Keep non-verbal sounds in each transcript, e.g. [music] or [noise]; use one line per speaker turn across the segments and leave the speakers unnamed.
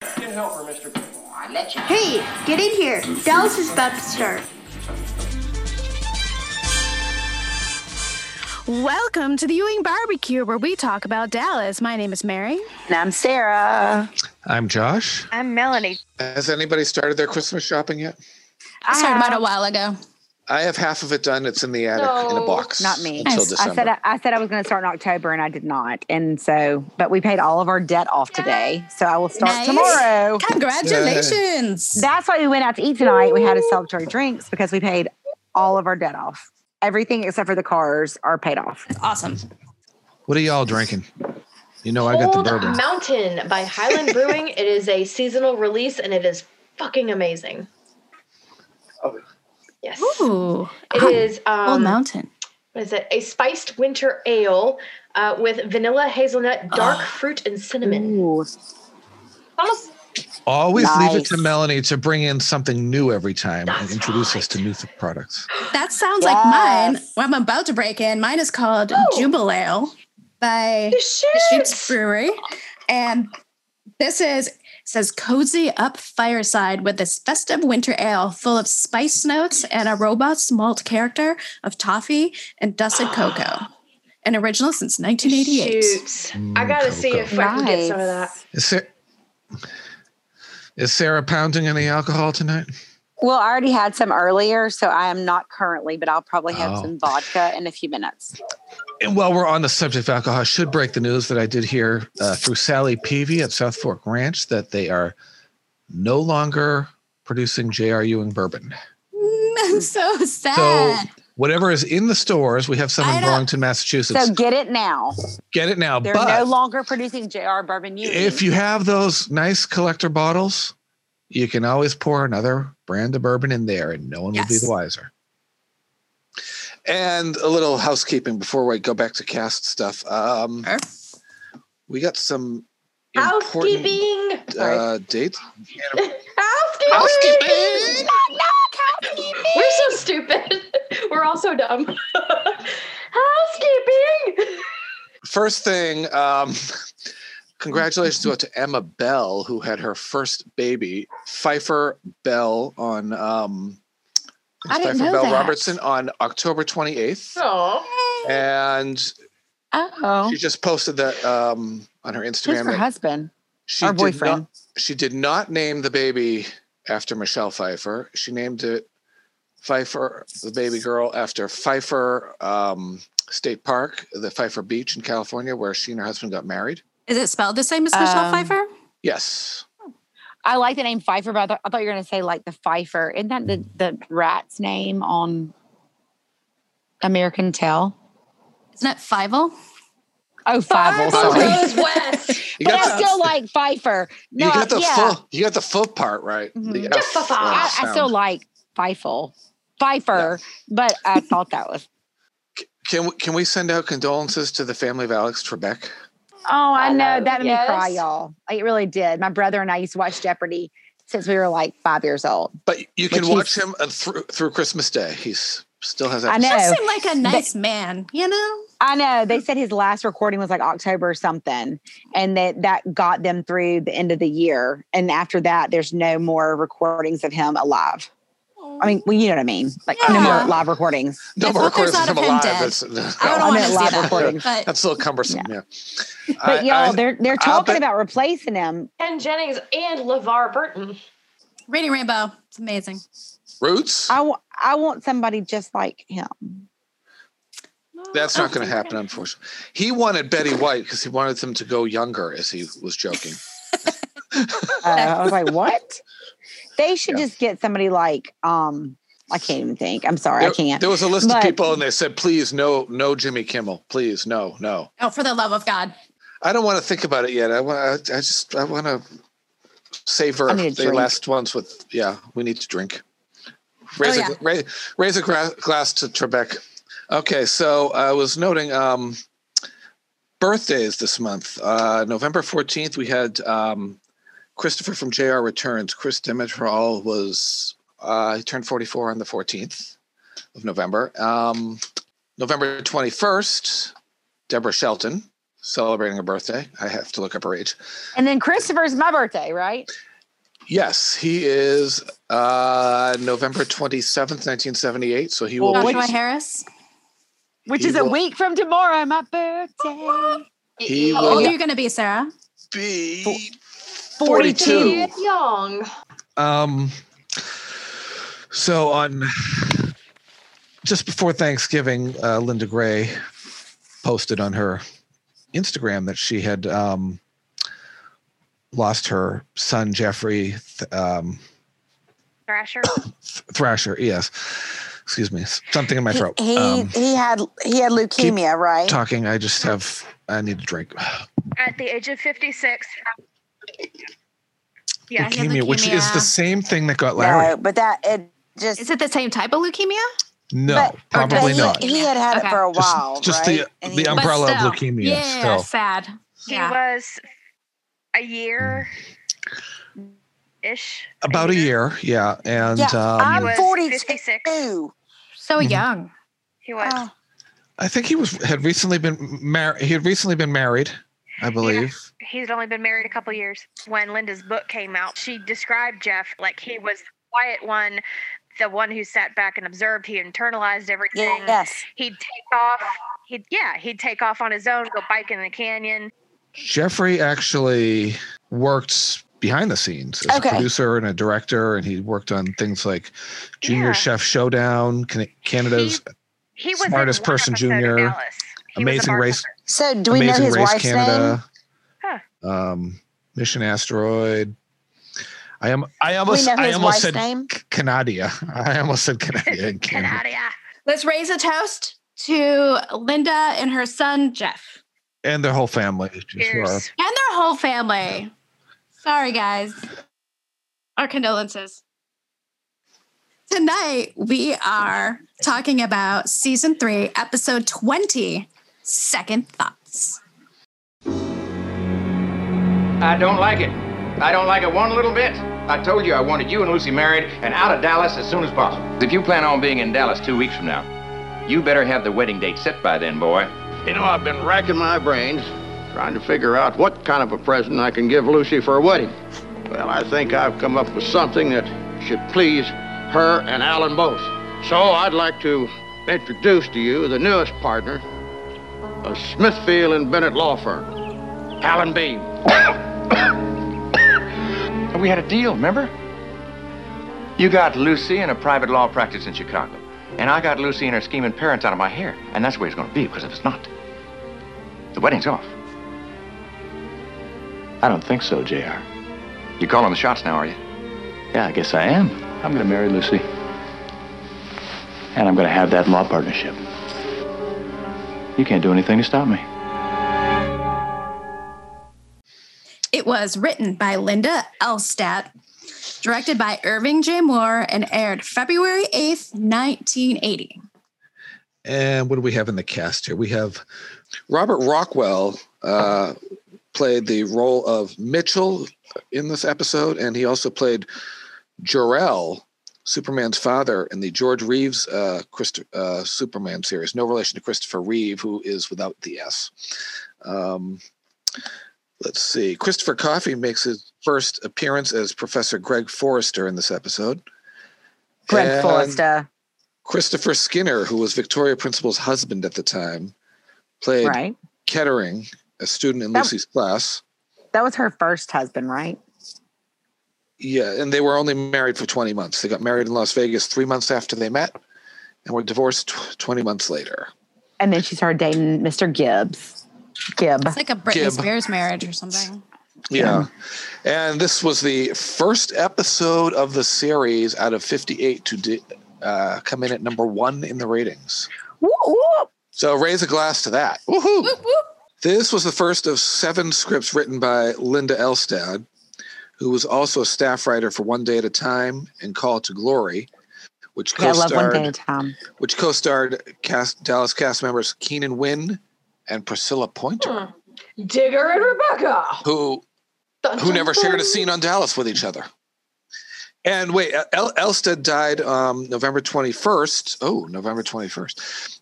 can help her, Mr. Big.
I let you.
Hey, get in here. Dallas is about to start.
Welcome to the Ewing Barbecue, where we talk about Dallas. My name is Mary.
And I'm Sarah.
I'm Josh.
I'm Melanie.
Has anybody started their Christmas shopping yet?
I started about a while ago.
I have half of it done. It's in the attic in a
No,
box.
Not me.
Until
Nice.
December.
I said I, I said I was going to start in October, and I did not. And so, but we paid all of our debt off today, so I will start
Nice.
tomorrow.
Congratulations.
That's why we went out to eat tonight. We had a celebratory drinks because we paid all of our debt off. Everything except for the cars are paid off.
That's awesome.
what are y'all drinking? You know, I got the
Old
bourbon.
Mountain by
[laughs]
Highland Brewing. It is a seasonal release and it is fucking amazing.
Oh.
Yes.
Ooh.
It is
Old
um,
Mountain.
what is it? A spiced winter ale uh, with vanilla, hazelnut, dark fruit, and
Mm.
cinnamon.
Ooh,
Almost
Always leave it to
Nice.
Melanie to bring in something new every time and
That's
introduce us
right.
to new th- products.
That sounds
Yes.
like mine. Well, I'm about to break in. Mine is called
Oh.
Jubileo by Shoots Brewery. And this is it says cozy up fireside with this festive winter ale full of spice notes and a robust malt character of toffee and dusted cocoa. An original since 1988.
Shoots. I
Mm,
gotta see
cocoa.
if I can get some of that.
Nice.
Is, Sa- is Sarah pounding any alcohol tonight?
Well, I already had some earlier, so I am not currently, but I'll probably have
Oh.
some vodka in a few minutes.
And while we're on the subject of alcohol, I should break the news that I did hear uh, through Sally Peavy at South Fork Ranch that they are no longer producing J.R. Ewing bourbon.
[laughs] I'm Mm, so
So
sad.
whatever is in the stores, we have some
I
in
know.
Burlington, Massachusetts.
So get it now.
Get it now.
They're
But
no longer producing JR Bourbon Ewing.
if you have those nice collector bottles, you can always pour another brand of bourbon in there and no one will be
Yes.
the wiser. And a little housekeeping before we go back to cast stuff. Um,
Sure.
we got some important
Housekeeping.
uh, dates.
Housekeeping.
Housekeeping.
We're so stupid. [laughs] We're all so dumb. [laughs] Housekeeping.
First thing, um, [laughs] congratulations go to Emma Bell, who had her first baby, Pfeiffer Bell, on um,
I didn't
Pfeiffer
know
Bell
that.
Robertson on October 28th.
Aw.
And
oh,
she just posted that um, on her
who's
Instagram.
her
that
husband?
she
Our
did not-
boyfriend.
she did not name the baby after Michelle Pfeiffer. She named it Pfeiffer, the baby girl, after Pfeiffer um, State Park, the Pfeiffer Beach in California, where she and her husband got married.
Is it spelled the same as Michelle
Um,
Pfeiffer?
Yes.
I like the name Pfeiffer, but I thought, I thought you were going to say like the Pfeiffer. Isn't that the, the rat's name on American Tail?
Isn't it Fievel?
Oh, Fievel.
Fievel.
Sorry.
[laughs]
Goes west.
You
But
got,
I
the,
still like Pfeiffer. No,
you got the
I, yeah,
full you got the full part right. The
Mhm.
F, uh,
I, I still
sound.
like Pfeiffer. Pfeiffer, but I thought that was.
can we, can we send out condolences to the family of Alex Trebek?
Oh, I know.
know.
That made me cry,
Yes.
y'all. It really did. My brother and I used to watch Jeopardy since we were like five years old.
But you can
Which
watch
he's-
him uh, through through Christmas Day. He's still has that.
I know.
That seemed like a nice man, you know?
I know they said his last recording was like October or something, and that that got them through the end of the year. And after that, there's no more recordings of him alive. I mean, well, you know what I mean, like no
Yeah.
more live recordings.
No
I
more
thought there's
recordings
not
of him
of him
alive.
dead.
That's, [laughs]
I
I
don't want to
meant
see
live
that.
recordings.
But
that's a little cumbersome. Yeah.
But
I-
y'all,
I-
they're they're
I'll
talking
bet-
about replacing him.
Ken Jennings and LeVar Burton.
Reading Rainbow, it's amazing.
Roots?
I wa- I want somebody just like [laughs] him.
That's not going to happen, unfortunately. He wanted Betty White because he wanted them to go younger, as he was joking.
Uh, I was like, what? They should
Yeah.
just get somebody like um. I can't even think. I'm sorry, I can't.
There was a list
But-
of people, and they said, "Please, no, no, Jimmy Kimmel. Please, no, no."
Oh, for the love of God.
I don't want to think about it yet. I want. I, I just. I want to savor
I need a
the
drink.
last ones with. Yeah, we need to drink. Raise
yeah.
a raise, raise a gra- glass to Trebek. Okay, so I was noting um, birthdays this month. Uh, November fourteenth, we had um, Christopher from JR Returns. Chris Dimitrol was uh, he turned forty four on the fourteenth of November. Um, November twenty first, Deborah Shelton celebrating her birthday. I have to look up her age.
And then Christopher's my birthday, right?
Yes, he is uh, November 27th, 1978. So he will
Joshua
be,
Harris.
Which
He
is a
will-
week from tomorrow, my birthday.
He
How old
will-
are you going to Oh, be, Sarah?
be
42
42.
young.
Um, so on just before Thanksgiving, uh, Linda Gray posted on her Instagram that she had um, lost her son Jeffrey th- um,
Thrasher.
Thrasher. Yes, excuse me, something in my
He,
throat.
he,
Um,
he had he had leukemia, right?
talking. I just have. I need a drink.
At the age of 56. Yeah.
he had
leukemia, which is the
leukemia.
same thing that got Larry.
no, Uh, but that it just
Is it the same type of leukemia?
No,
but-
or does
probably
but he,
not.
He had had
Okay.
it for a
Just-
while,
just the-
right? And
the
he-
um- Umbrella of
But
leukemia,
Yeah,
still.
sad.
He
Yeah.
was a year ish.
About a year, yeah. And
Yeah,
um,
I'm
was
forty
56.
two.
So
Mhm.
young.
He was.
Oh.
I think he was had recently been married. He had recently been married, I believe.
He's only been married a couple years. When Linda's book came out, she described Jeff like he was the quiet one, the one who sat back and observed. He internalized everything.
Oh, Yes.
He'd take off. He'd yeah. He'd take off on his own, go biking in the canyon.
Jeffrey actually worked behind the scenes as
Okay.
a producer and a director, and he worked on things like Junior
Yeah.
Chef Showdown, Can- Canada's
He was in
Smartest
one
Person
episode of
Junior,
Dallas. He was a
Amazing Race,
bartender.
So do we
Amazing
know his
Race
wife's name?
Canada,
name?
um, Mission Asteroid. I am. I
Do we
almost.
know
I
his
almost
wife's
said
name?
Canada. [laughs] I almost said
[laughs]
Canada. in
Get
Canada.
out of here.
Let's raise a toast to Linda and her son, Jeff,
and their whole family. just who are-
Cheers.
and their whole family. Sorry, guys. Our condolences. Tonight, we are talking about season three, episode 20 Second Thoughts.
I don't like it. I don't like it one little bit. I told you I wanted you and Lucy married and out of Dallas as soon as possible. If you plan on being in Dallas two weeks from now, you better have the wedding date set by then, boy.
You know, I've been racking my brains trying to figure out what kind of a present I can give Lucy for a wedding. Well, I think I've come up with something that should please her and Alan both. So I'd like to introduce to you the newest partner of Smithfield and Bennett Law Firm, Alan Beam.
[coughs] We had a deal, remember? You got Lucy in a private law practice in Chicago, and I got Lucy and her scheming parents out of my hair, and that's the way it's going to be, because if it's not, the wedding's off. I don't think so, JR. You're calling the shots now, are you? Yeah, I guess I am. I'm going to marry Lucy. And I'm going to have that law partnership. You can't do anything to stop me.
It was written by Linda Elstadt, directed by Irving J. Moore, and aired February 8th, 1980.
And what do we have in the cast here? We have Robert Rockwell uh, played the role of Mitchell in this episode, and he also played Jor-El, Superman's father, in the George Reeves uh, Christ- uh, Superman series. No relation to Christopher Reeve, who is without the S. Um, let's see. Christopher Coffey makes his first appearance as Professor Greg Forrester in this episode.
Greg
And-
Forrester,
Christopher Skinner, who was Victoria Principal's husband at the time, played
right?
Kettering, a student in
That-
Lucy's class.
That was her first husband, right?
Yeah, and they were only married for 20 months. They got married in Las Vegas three months after they met and were divorced tw- 20 months later.
And then she started dating Mr. Gibbs. Gibb.
It's like a Britney
Gibb.
Spears marriage or something.
Yeah. And this was the first episode of the series out of 58 to di- uh, come in at number one in the ratings.
Whoop, whoop.
So raise a glass to that. Woohoo! This was the first of seven scripts written by Linda Elstad, who was also a staff writer for One Day at a Time and Call to Glory, which
Okay, I love one day at a
co-starred
time.
which co-starred cast Dallas cast members Keenan Wynn and Priscilla Pointer,
Hmm. Digger and Rebecca.
who
Dun,
who
dun,
never shared a
dun.
scene on Dallas with each other. And wait, El- Elstead died um, November 21st. Oh, November 21st,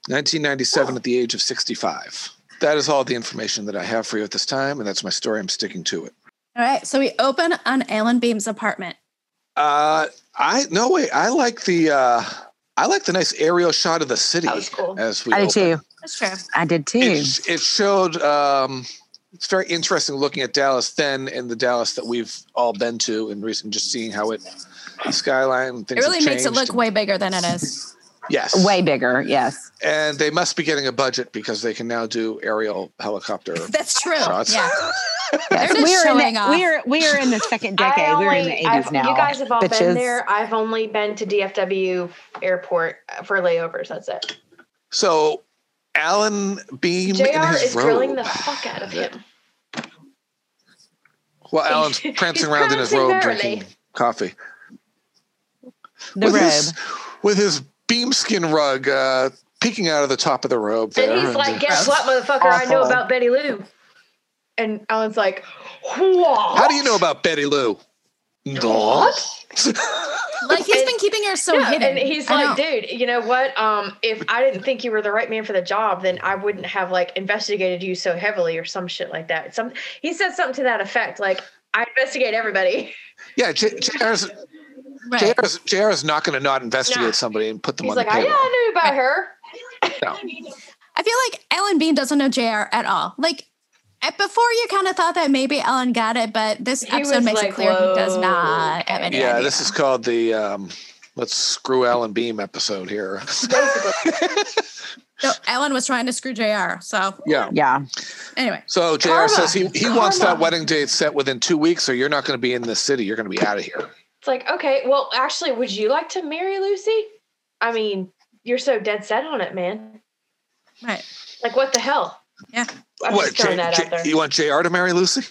1997, at the age of 65. That is all the information that I have for you at this time, and that's my story. I'm sticking to it.
All right, so we open on Alan Beam's apartment.
Uh, I no wait. I like the uh, I like the nice aerial shot of the city
That was cool.
as we.
I did
open.
too.
That's true.
I did too.
It, it showed. Um, it's very interesting looking at Dallas then and the Dallas that we've all been to in recent, just seeing how it the skyline. Things
It really
have
makes it
changed.
look way bigger than it is.
Yes,
Way bigger. Yes.
and they must be getting a budget because they can now do aerial helicopter.
That's true.
Shots.
Yeah.
yes.
just
We're in
showing
the,
off.
we're we're in the second decade.
I
we're in the
only, I've,
80s now.
you guys have all
bitches.
been there. I've only been to DFW airport for layovers. That's it.
So, Alan Beam
JR
in his
is grilling
robe.
the fuck out of him. [laughs]
Well, Alan's
He's
prancing around in his
prancing
robe
merrily.
drinking coffee.
the robe.
with His, with his beamskin rug uh, peeking out of the top of the robe. There.
And he's like,
uh,
guess what, motherfucker? I know
Awful.
about Betty Lou. And Alan's like, whoa.
How do you know about Betty Lou? No.
Like he's
And-
been keeping her so
No,
hidden.
and he's
I
like,
know.
dude, you know what? Um, if I didn't think you were the right man for the job, then I wouldn't have like investigated you so heavily or some shit like that. Some he said something to that effect, like I investigate everybody.
[laughs]
[laughs]
yeah, J- JR's,
right.
JR's, JR's not going to not investigate
Nah.
somebody and put them
He's
on
like,
the
I,
table.
yeah, I knew about her.
I feel like Ellen Bean doesn't know JR at all. Like at- before you kind of thought that maybe Ellen got it, but this
He
episode
was
makes
like,
it clear he does
"Whoa,
not have any
yeah,
idea.
this is called the um, Let's Screw Alan Beam episode here.
So Ellen was trying to screw JR. So
[laughs] yeah.
Yeah.
anyway,
So JR
Karma.
says he, he wants that
Karma.
wedding date set within two weeks, or you're not going to be in this city. You're going to be out of here.
It's like, okay, well, actually, would you like to marry Lucy? I mean, you're so dead set on it, man.
right.
Like, what the hell?
Yeah.
I'm
what,
just throwing
J-
that
J-
out there.
You want JR to marry Lucy?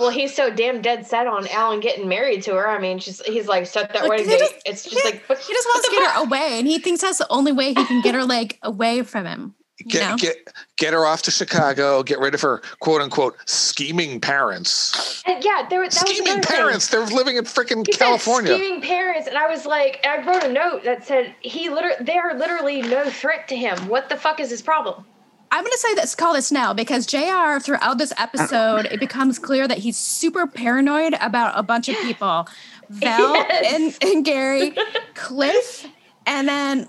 Well, he's so damn dead set on Alan getting married to her. I mean, she's he's like, set that
Like,
wedding
they
date.
just-
it's just like,
He just wants to get
[laughs]
her away, and he thinks that's the only way he can get her like away from him. you
get
know?
get get her off to Chicago. Get rid of her quote unquote scheming parents.
And yeah, there was that was
scheming
another thing.
parents. They're living in freaking
He said
California.
scheming parents, and I was like, I wrote a note that said he literally they are literally no threat to him. What the fuck is his problem?
I'm going to say this, call this now because JR, throughout this episode, it becomes clear that he's super paranoid about a bunch
[gasps]
of people Val
Yes.
and, and
[laughs]
Gary, Cliff, and then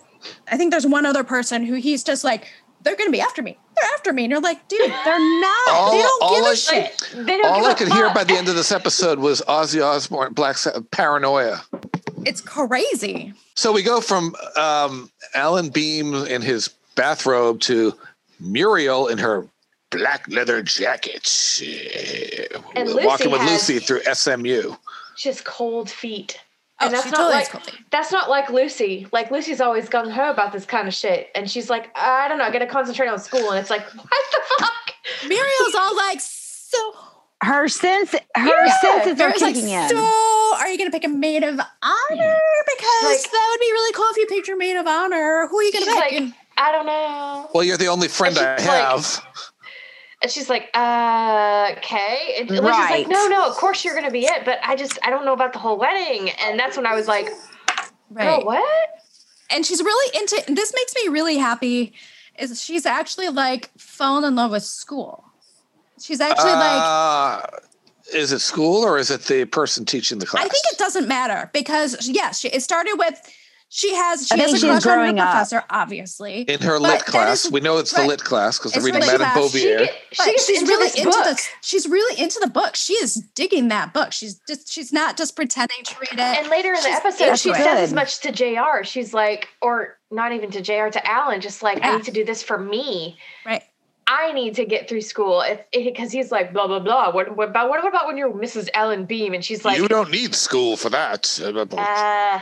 I think there's one other person who he's just like, they're going to be after me. They're after me. And you're like, dude, they're not.
All-
they don't
all
give a
I-
shit.
They don't
All
give
I
a
could hear
fuck.
by the end of this episode was Ozzy Osbourne, Black Sa- Paranoia.
It's crazy.
So we go from um, Alan Beam in his bathrobe to Muriel in her black leather jacket, eh,
And Lucy
walking with
has-
Lucy through SMU.
just cold feet.
Oh,
And that's
she
not
totally
like
is crazy.
that's not like Lucy. Like Lucy's always gung ho about this kind of shit, and she's like, I don't know, I got to concentrate on school, and it's like, [laughs] what the fuck?
Muriel's all like, so
Her sense her
Yeah.
senses are
Muriel's like,
kicking in.
so are you going to pick a maid of honor? Because
Like-
that would be really cool if you picked your maid of honor. Who are you going to
She's
pick?
like,
And-
I don't know.
Well, you're the only friend I
And she's like-
have.
And she's like, uh, okay. And Lucy's
Right.
like, no, no, of course you're gonna be it, but I just I don't know about the whole wedding. And that's when I was like, oh, what?
and she's really into and this makes me really happy is she's actually like fallen in love with school she's actually like
Uh, is it school or is it the person teaching the class?
i think it doesn't matter because yeah she, it started with she has
I
she has
think
a
she's
crush on her
growing up.
professor obviously
in her
But
lit
that
class.
is-
we know it's the
right.
lit class because they're
It's
reading
lit
Madame
class.
She,
Bouvier.
get, she
but
gets
she's
into
really
this
into
book.
this she's really into the book she is digging that book she's just she's not just pretending to read it
And later in the
She's
episode, she
into it.
says as
Good.
much to JR. She's like, or not even to JR, to Alan, just like,
Yeah.
I need to do this for me.
right
I need to get through school. Because he's like, blah, blah, blah. What, what about, what about when you're Mrs. Ellen Beam? And she's like,
you don't need school for that.
uh,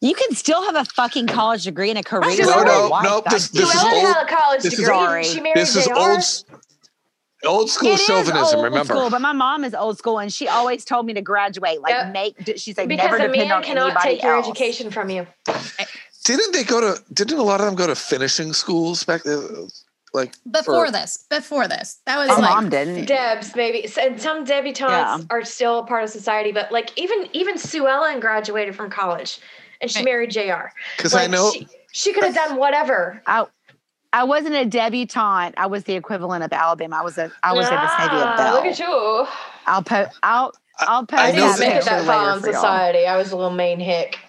You can still have a fucking college degree and a career.
No,
and a
no,
wife,
no,
God
this-
damn
this
it.
is
Ellen
old-
had a college
this is-
degree.
Sorry.
and She married
this is
JR.
old, s- old school
It is
chauvinism.
old
remember,
school, but my mom is old school, and she always told me to graduate. Like,
Yep.
make d- she's like
because
never
a
depend
man
on
cannot
anybody
take your
else.
education from you.
didn't they go to? Didn't a lot of them go to finishing schools back? then? Like
before
for-
this before this that was
My
like
mom didn't.
Debs, maybe, S- and some debutantes
Yeah.
are still a part of society. But like even even Sue Ellen graduated from college, and she
Right.
married Jr.
Because I
Like,
know
she, she could have done whatever.
I I wasn't a debutante. I was the equivalent of Alabama. I was a I was a
Ah,
Vestavia
Look
Belle.
at you.
I'll post. I'll I'll post
I
I
know
need
that
to make
that-
it
picture
that file
later
in
for y'all.
society. I was a little main hick.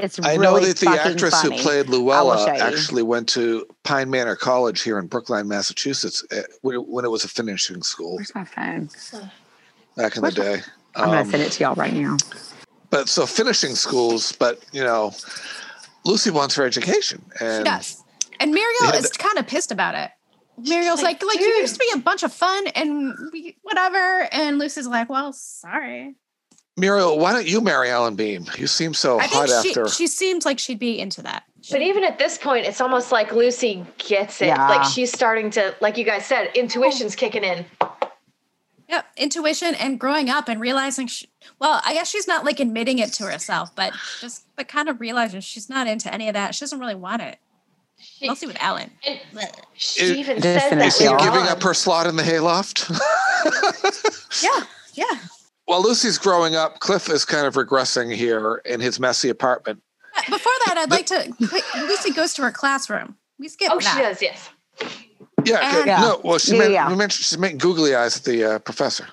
It's
I
really
know that the
fucking
actress
funny.
who played Luella
show you.
actually went to Pine Manor College here in Brookline, Massachusetts, eh, when when it was a finishing school
Where's my phone?
back in the day.
I'm gonna
Um,
send it to y'all right now.
but so finishing schools, but you know, Lucy wants her education, and
Yes. And Muriel
Yeah,
is kind of pissed about it. Muriel's like, like, you used to be a bunch of fun and we, whatever. And Lucy's like, well, sorry.
Muriel, why don't you marry Alan Beam? You seem so
I
hot
think she,
after.
she seems like she'd be into that.
But even at this point, it's almost like Lucy gets it.
Yeah.
Like she's starting to, like you guys said, intuition's kicking in.
Yep. Intuition and growing up and realizing, she, well, I guess she's not like admitting it to herself, but just but kind of realizing she's not into any of that. She doesn't really want it.
She,
Mostly with Alan.
she
It-
even
Just
says
an
that.
Is she
Yeah.
later
giving
on.
up her slot in the hayloft?
Yeah. Yeah.
While Lucy's growing up, Cliff is kind of regressing here in his messy apartment.
Before that, I'd like to. quick- Lucy goes to her classroom. We skip
Oh,
that.
she does, yes.
Yeah, good.
Yeah.
no. Well, she
Yeah,
made,
yeah.
we mentioned she's making googly eyes at the uh, professor.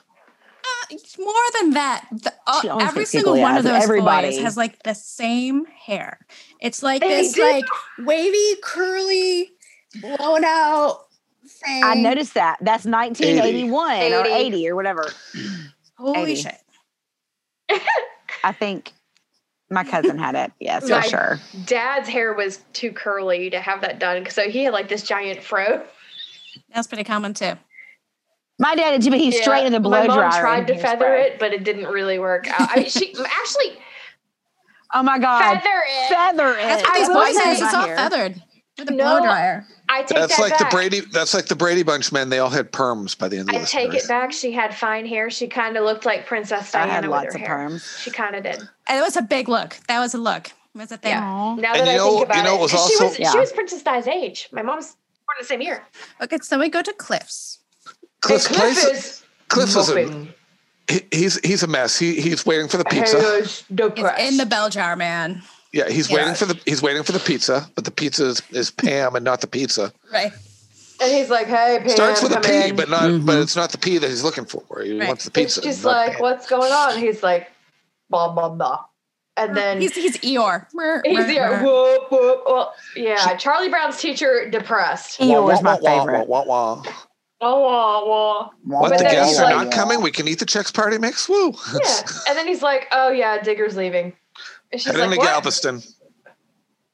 It's more than that. The- uh,
She always
every
makes
single
people
one of
laugh.
those
Everybody.
boys has like the same hair. It's like
They
this
do.
like wavy, curly, blown out thing.
I noticed that. That's 1981 or
80.
80 or whatever.
Holy
80.
shit!
I think my cousin had it. Yes, for
Right.
sure.
Dad's hair was too curly to have that done. So he had like this giant fro.
That's pretty common too.
My dad, but he
Yeah,
straightened the blow
My mom
dryer.
tried
and
to
hairspray.
feather it, but it didn't really work out. I mean, she [laughs] actually
Oh my god,
feather it.
feather it.
That's what
I
these
will
boys'
say
hairs. It's
my
all
hair.
feathered with a
No,
blow dryer.
I take
That's
that
like
back.
the Brady. That's like the Brady Bunch men. They all had perms by the end of
I
the
take it back. She had fine hair. She kind of looked like Princess
I
Diana
had
with
lots
her
of
hair.
perms.
She kind of did.
And it was a big look. That was a look. It was a thing.
Yeah.
Aw.
Now
And
that
you
I
know-
think
you
about
know
it,
what was
And she
also-
was
Yeah.
she was Princess Di's age. My mom's born the same year.
Okay, so we go to Cliff's.
Cliff's
And Cliff
place.
is
Cliff's is a,
moping.
he- he's he's a mess. He he's waiting for the
He
pizza.
is the
It's
best.
in the bell jar, man.
Yeah, he's
Yeah.
waiting for the he's waiting for the pizza, but the pizza is, is Pam and not the pizza.
Right.
and he's like, "Hey, Pam,
Starts with a
come
P,
in."
but not but
Mhm. it's
it's not the P that he's looking for. He
Right.
wants the
It's
pizza.
just
not
like,
Pam.
"What's going on?" He's like, "Blah blah blah," and then
he's he's Eeyore.
He's here. Whoop whoop. Well, yeah. Charlie Brown's teacher depressed.
Eeyore is my
Wah, wah,
favorite.
wah, wah, wah.
[laughs] Oh, wah, wah.
What
But
the
then
guests
he's
are
like-
not coming? We can eat the checks party mix. Woo! [laughs]
Yeah. And then he's like, "Oh yeah, Digger's leaving." And she's
Heading
like,
to
[laughs]
"What?"
Galveston.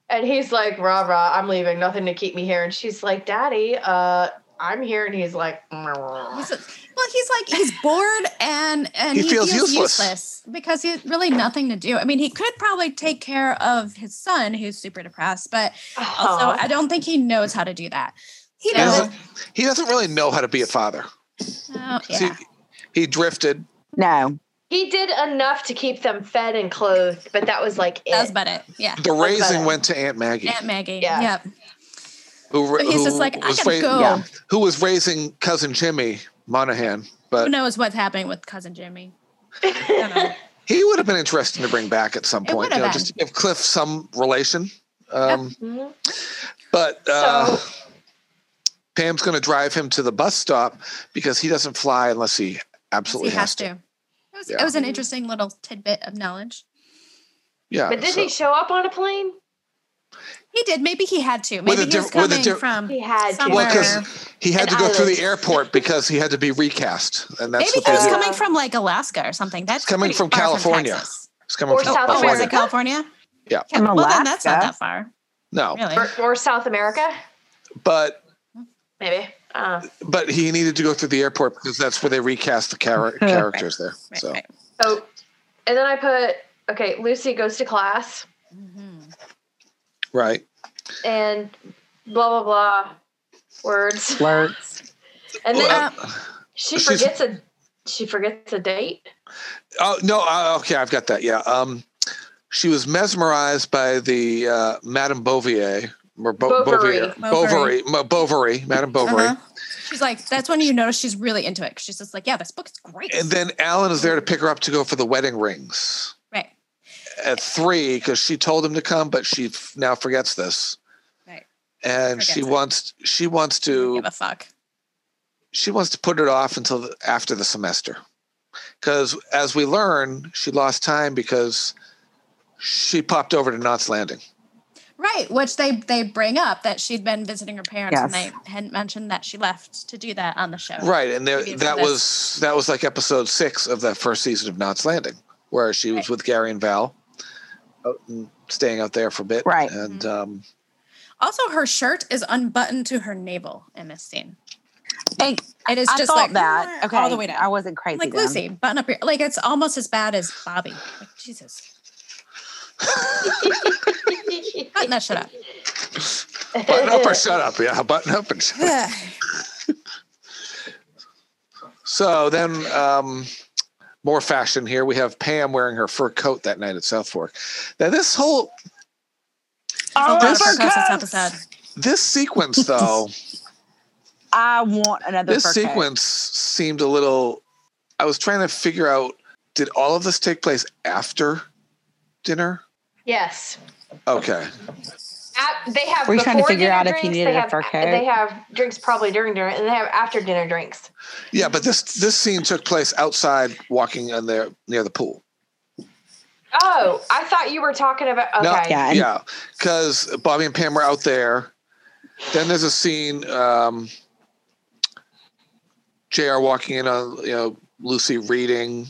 And he's like, "Rah rah, I'm leaving. Nothing to keep me here." And she's like, "Daddy, uh, I'm here." And he's like, "Mm."
He's a- well, he's like he's bored and and
He
he,
feels
feels,
useless.
useless. because he has really nothing to do. I mean, he could probably take care of his son who's super depressed, but also
Aw.
I don't think he knows how to do that.
He
So-
doesn't. He doesn't really know how to be a father.
Oh,
See,
yeah.
he drifted.
No,
He did enough to keep them fed and clothed, but that was like it.
That's about it. Yeah.
The raising
it.
went to Aunt Maggie,
Aunt Maggie.
Yeah.
Yep.
who, ra-
So he's
who
just like, I
was
gotta
ra-
go.
Yeah.
who was raising cousin Jimmy Monahan,
Who
but
knows what's happening with cousin
[laughs]
Jimmy? I don't know.
he would have been interesting to bring back at some
It would
point, you
have
know,
been.
just to give Cliff some relation. Um,
Mhm.
But uh,
So-
Pam's going to drive him to the bus stop because he doesn't fly unless he
he
absolutely
has, to. It, was,
Yeah.
it was an interesting little tidbit of knowledge.
Yeah.
But did
so-
he show up on a plane?
He did. Maybe he had to.
With a
Maybe he was
diff- with a
coming
diff-
from.
He had to.
Well,
somewhere.
because he had
An
to go through
island.
the airport because he had to be recast, and
Maybe
that's what
he
they
was
did.
coming from like Alaska or something. That's
It's coming
pretty
from
far
California.
Texas.
It's coming
Or
from
South
Oh, was
California.
it California?
Yeah. Oh.
Ca-
From
well, then that's not
Alaska.
that far,
No,
really.
Or, or South America,
but
maybe. Uh,
but he needed to go through the airport because that's where they recast the char- characters there.
[laughs] Right,
so
right.
so, and then I put okay. Lucy goes to class
Mhm.
right,
and blah blah blah words,
flirts.
and then
Uh,
she
she's-
forgets a she forgets a date.
Oh no! Uh, okay, I've got that. Yeah. Um, she was mesmerized by the uh, Madame Bouvier or Bo-
Bovary.
Bouvier, Bovary, Mo- Bovary, Madame Bovary,
Uh-huh. She's like, that's when you notice she's really into it. 'cause She's just like, yeah, this book is great.
and then Alan is there to pick her up to go for the wedding rings
right,
at three because she told him to come, but she f- now forgets this,
right.
and she
Forgets it.
wants she wants
Doesn't
to
give a fuck.
she wants to put it off until the, after the semester. Because as we learn, she lost time because she popped over to Knott's Landing.
Right, which they they bring up that she'd been visiting her parents and
Yes.
they hadn't mentioned that she left to do that on the show.
Right, and there,
Maybe
that
that's-
was that was like episode six of that first season of Knots Landing, where she was with Gary and Val, out and staying out there for a bit.
Right.
and
Mm-hmm.
um,
Also, her shirt is unbuttoned to her navel in this scene.
Hey,
It is
I
just
thought
like
that. Okay.
all the way down.
I wasn't crazy.
like
then.
Lucy, button up your like it's almost as bad as Bobby. Like, Jesus, button that shit up.
button up or shut up. Yeah, button up and shut up.
Ugh.
So then, um, more fashion here. We have Pam wearing her fur coat that night at South Fork. Now this whole
A lot of
Fur
fur coats this episode.
[laughs]
this sequence though,
I want another
this
fur coat.
sequence seemed a little. I was trying to figure out: did all of this take place after dinner?
Yes.
Okay.
At, they have
Were you trying to
before
figure
dinner
out if
drinks,
you needed
they
a
have,
fur coat?
They have drinks probably during dinner, and they have after dinner drinks.
Yeah, but this this scene took place outside, walking on there near the pool.
Oh, I thought you were talking about. Okay.
No,
Yeah, and-
yeah, because Bobby and Pam were out there. Then there's a scene, um, Jr. walking in on you know Lucy reading,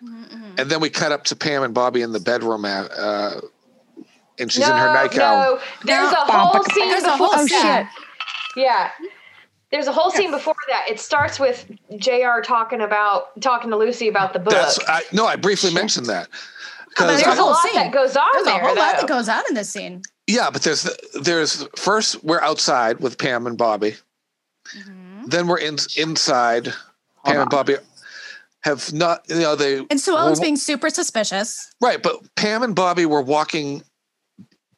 and then we cut up to Pam and Bobby in the bedroom, uh, and she's in her nightgown.
No, there's a
Bum,
whole
bum,
scene
There's a
before
whole
that.
shit.
Yeah. There's a whole scene before that. It starts with JR talking about talking to Lucy about the book. Oh,
That's I, no, I briefly mentioned that. 'Cause
There's
there's
a
a
I-
whole
lot
scene.
that goes on
There's a
there.
whole lot
though.
that goes on in this scene.
yeah, but there's the, there's first we're outside with Pam and Bobby.
Mm-hmm.
Then we're in, inside. Pam and Bobby have not, you know, they
And Sue Ellen's
Well,
being super suspicious.
right, but Pam and Bobby were walking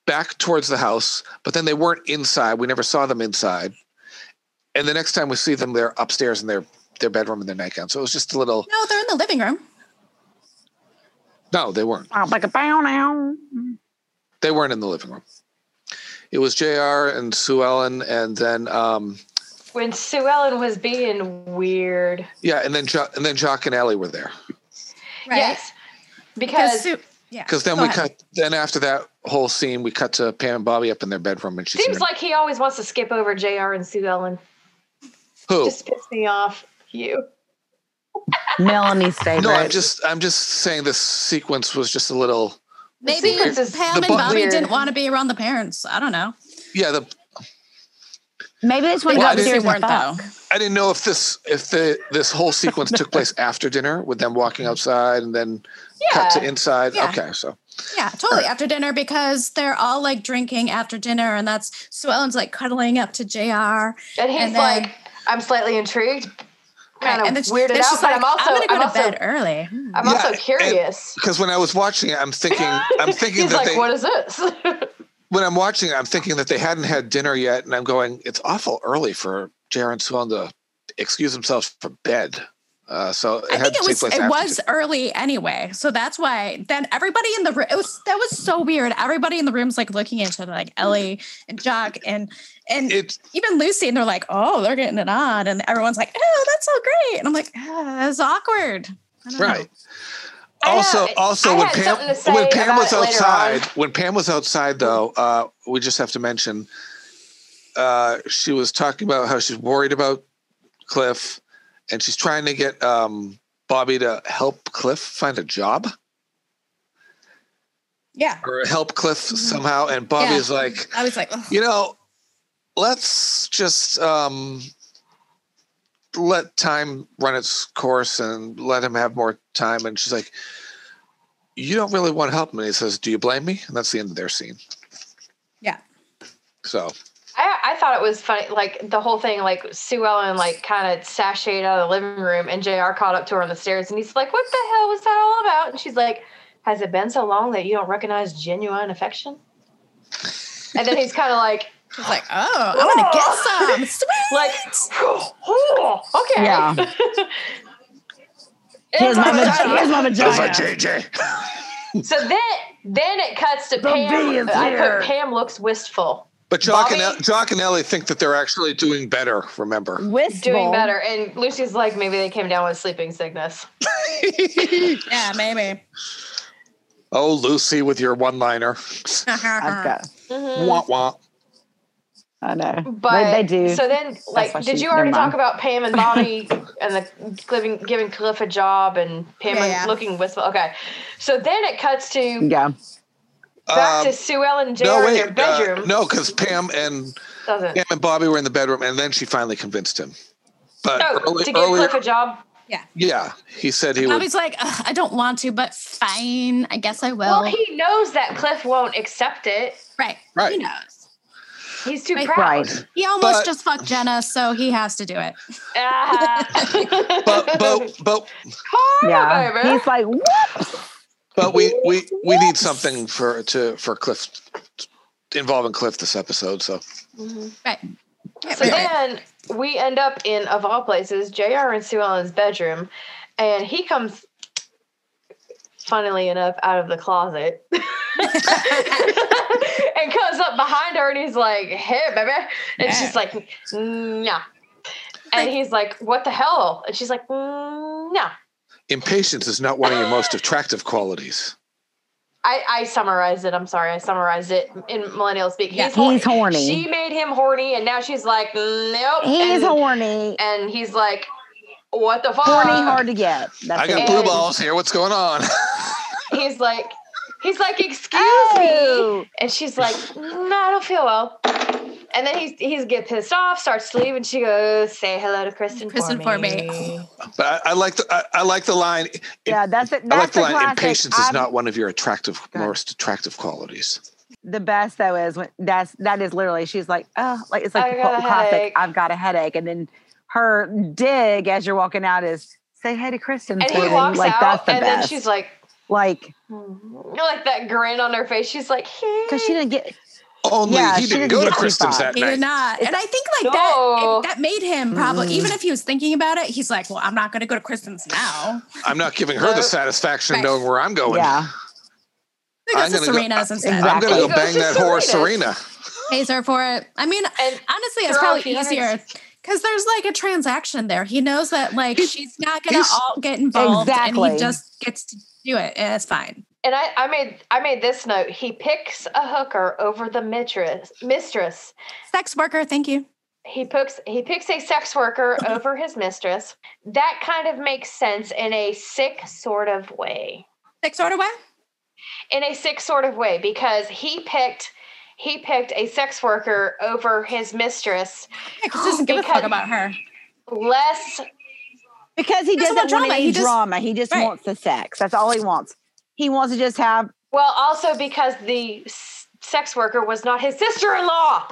back towards the house, but then they weren't inside. We never saw them inside. And the next time we see them, they're upstairs in their their bedroom in their nightgown. So it was just a little.
No, they're in the living room.
No, they weren't.
Bow, like a bow now.
They weren't in the living room. It was Jr. and Sue Ellen, and then um,
When Sue Ellen was being weird.
yeah, and then jo- and then Jock and Ellie were there.
Right.
Yes.
Because
Because
Sue, yeah.
Because then
Go
we
ahead.
cut. Then after that whole scene, we cut to Pam and Bobby up in their bedroom, and she's in
seems
her-
like he always wants to skip over JR and Sue Ellen.
who?
Just piss me off. You.
Melanie's favorite.
No, I'm just I'm just saying this sequence was just a little
Maybe
sequence is
Pam
the
and
bu-
Bobby
weird.
didn't want to be around the parents. I don't know.
yeah, the
Maybe they just want
Well, I
to go
didn't-
upstairs and fuck.
I didn't know if this if the this whole sequence
[laughs]
took place after dinner with them walking outside and then cut to
Yeah.
inside.
Yeah.
Okay, so
Yeah, totally. After dinner, because they're all like drinking after dinner, and that's Sue Ellen's like cuddling up to JR. Right.
And he's
And then-
like, I'm slightly intrigued. Kind
And then
of
she-
weirded
then
out,
she's
but
like,
I'm also
gonna
I'm,
go to
also,
bed early. Hmm.
I'm
Yeah,
also
and-
curious.
because when I was watching it, I'm thinking
[laughs]
[laughs]
I'm thinking
He's
that
like,
they
what is this?
when I'm watching it, I'm thinking that they hadn't had dinner yet, and I'm going, it's awful early for Jaron Swan to excuse themselves for bed. Uh, so it
I
had
think
to
it
take
was
place
it
after
was
dinner.
early anyway, so that's why. Then everybody in the room it was that was so weird. Everybody in the room's like looking at each other, like Ellie and Jock and and
It
even Lucy, and they're like, "Oh, they're getting it on," and everyone's like, "Oh, that's so great," and I'm like, ah, "That's awkward." I don't know.
right.
I know,
Also,
it- I
also when
had
Pam
something to
when
say
Pam
about
was
it later
outside,
on.
when Pam was outside though, uh, we just have to mention uh, she was talking about how she's worried about Cliff, and she's trying to get um, Bobby to help Cliff find a job
Yeah,
or help Cliff
Mm-hmm.
somehow, and Bobby
Yeah.
is like,
I was like, "Oh, "Ugh."
you know, let's just um, let time run its course and let him have more time. And she's like, You don't really want to help him. And he says, Do you blame me? And that's the end of their scene.
yeah,
So,
I, I thought it was funny, like the whole thing, like Sue Ellen, like kind of sashayed out of the living room, and Jr. caught up to her on the stairs, and he's like, "What the hell was that all about?" And she's like, "Has it been so long that you don't recognize genuine affection?" And then he's kind of like,
I was like, "Oh, I want to get some." Sweet.
like, "Whew, okay,
Yeah.
[laughs] It's
Here's my
my
vagina.
vagina.
Here's my vagina.
JJ.
So then, then it cuts to Pam. I put Pam looks wistful.
But Jock and,
Bobby- Mm.
El- Jock and Ellie think that they're actually doing better, remember?
Wistful.
doing better. And Lucy's like, maybe they came down with sleeping sickness.
Yeah, maybe.
Oh, Lucy with your one
[laughs]
liner.
Uh-huh.
I've got,
Mm-hmm.
Mhm.
Wah wah.
I know.
But
they do.
So then, like,
why
did
she-
you already
never mind.
talk about Pam
[laughs]
and Bobby and the giving giving Cliff a job and Pam
Yeah,
and
yeah.
looking wistful? Okay, so then it cuts to
yeah.
Um,
back to Sue Ellen and Jr. in their
uh,
bedroom.
no, because Pam and
doesn't.
Pam and Bobby were in the bedroom, and then she finally convinced him. But
No,
early,
Oh, to give
earlier,
Cliff a job.
yeah, he said he would.
Bobby's like, "Ugh, I don't want to, but fine. I guess I will.
Well, he knows that Cliff won't accept it.
right.
Right.
He knows.
He's too
Right.
proud.
Right.
He almost
But-
just fucked Jenna, so he has to do it.
Ah.
But
[laughs]
but but
Karma,
Yeah.
baby.
He's like, what?
but we we we need something for to for Cliff involving Cliff this episode. So
Right.
So then we end up in, of all places, JR and Sue Ellen's bedroom, and he comes, funnily enough, out of the closet [laughs] and comes up behind her and he's like, hey, baby. And she's like, nah. And he's like, what the hell? And she's like, "Mm, nah.
impatience is not one of your most attractive qualities.
I, I summarized it. I'm sorry. I summarized it in millennial speak.
Yeah,
he's horny.
She made him horny, and now she's like, nope.
He's
and,
horny.
and he's like, what the fuck?
Horny, hard to get. That's
I got
it.
blue
And-
balls here. What's going on? [laughs]
he's like, he's like, excuse me.
Oh.
And she's like, no, I don't feel well. And then he's he's get pissed off, starts to leave, and she goes, say hello to Kristen.
Kristen
for
for
me.
me.
But I, I like the I, I like the line.
Yeah, that's it.
I
That's
like the
the Um,
line.
classic.
Impatience is
I'm-
not one of your attractive
Go ahead.
most attractive qualities.
the best though is when that's that is literally she's like oh like it's like
I
the
got a
classic
headache.
I've got a headache and then her dig as you're walking out is say hey to Kristen
And
for
he
me.
walks
like that's
out,
the
and
best
then she's like,
like
like that grin on her face. She's like,
because she didn't get
Only
Yeah,
he
she
didn't
didn't
go to
get too
Kristen's
far.
that
He
night.
did not. And I think like
No.
that that made him
Mm.
probably even if he was thinking about it, he's like, Well, I'm not gonna go to Kristen's now.
I'm not giving her the
Nope.
satisfaction of
Right.
knowing where I'm going. I'm
I
yeah
think that's
gonna go-
Serena's instead.
I'm
Exactly.
going to
He
go
goes
bang
to
that horse, Serena.
Serena's.
pays her for it. I mean,
And
honestly,
throw
it's
a
probably
few hundreds.
easier because there's like a transaction there. He knows that like she's not gonna
he's-
all get involved, and
Exactly.
he just gets to do it, and it's fine.
and I, I made I made this note. He picks a hooker over the mistress mistress.
Sex worker, thank you.
He picks he picks a
[laughs]
sex worker over his mistress. That kind of makes sense in a sick sort of way.
Sex order way.
in a sick sort of way because he picked he picked a sex worker over his mistress
Yeah, 'cause he doesn't give a fuck
Because-
about her.
less
because he
That's
doesn't want
about drama.
any
He just-
drama he just
Right.
wants the sex that's all he wants he wants to just have
well also because the s- sex worker was not his sister-in-law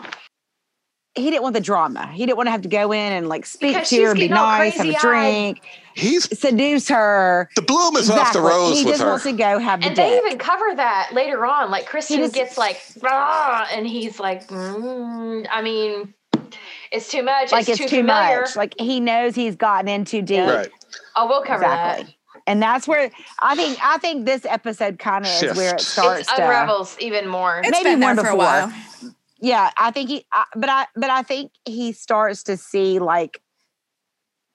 he didn't want the drama he didn't want to have to go in and like speak
Because
to her
she's
and be
getting all
nice have a
crazy-eyed.
drink
He's
seduce her
the bloom is off the
exactly
rose
he
with
just
her.
wants to go have the
and they
dick.
even cover that later on like kristen
just-
gets like "Rah," and he's like mm, i mean it's too much
like
it's,
it's,
too
too
familiar
much. Like he knows he's gotten in too deep.
right.
oh we'll cover
Exactly.
that
And that's where I think I think this episode kind of is where it
Shifts.
starts.
it
to-
unravels even more
It's
Maybe
been there
one to
for a
four.
while.
yeah, I think he. I, but I but I think he starts to see like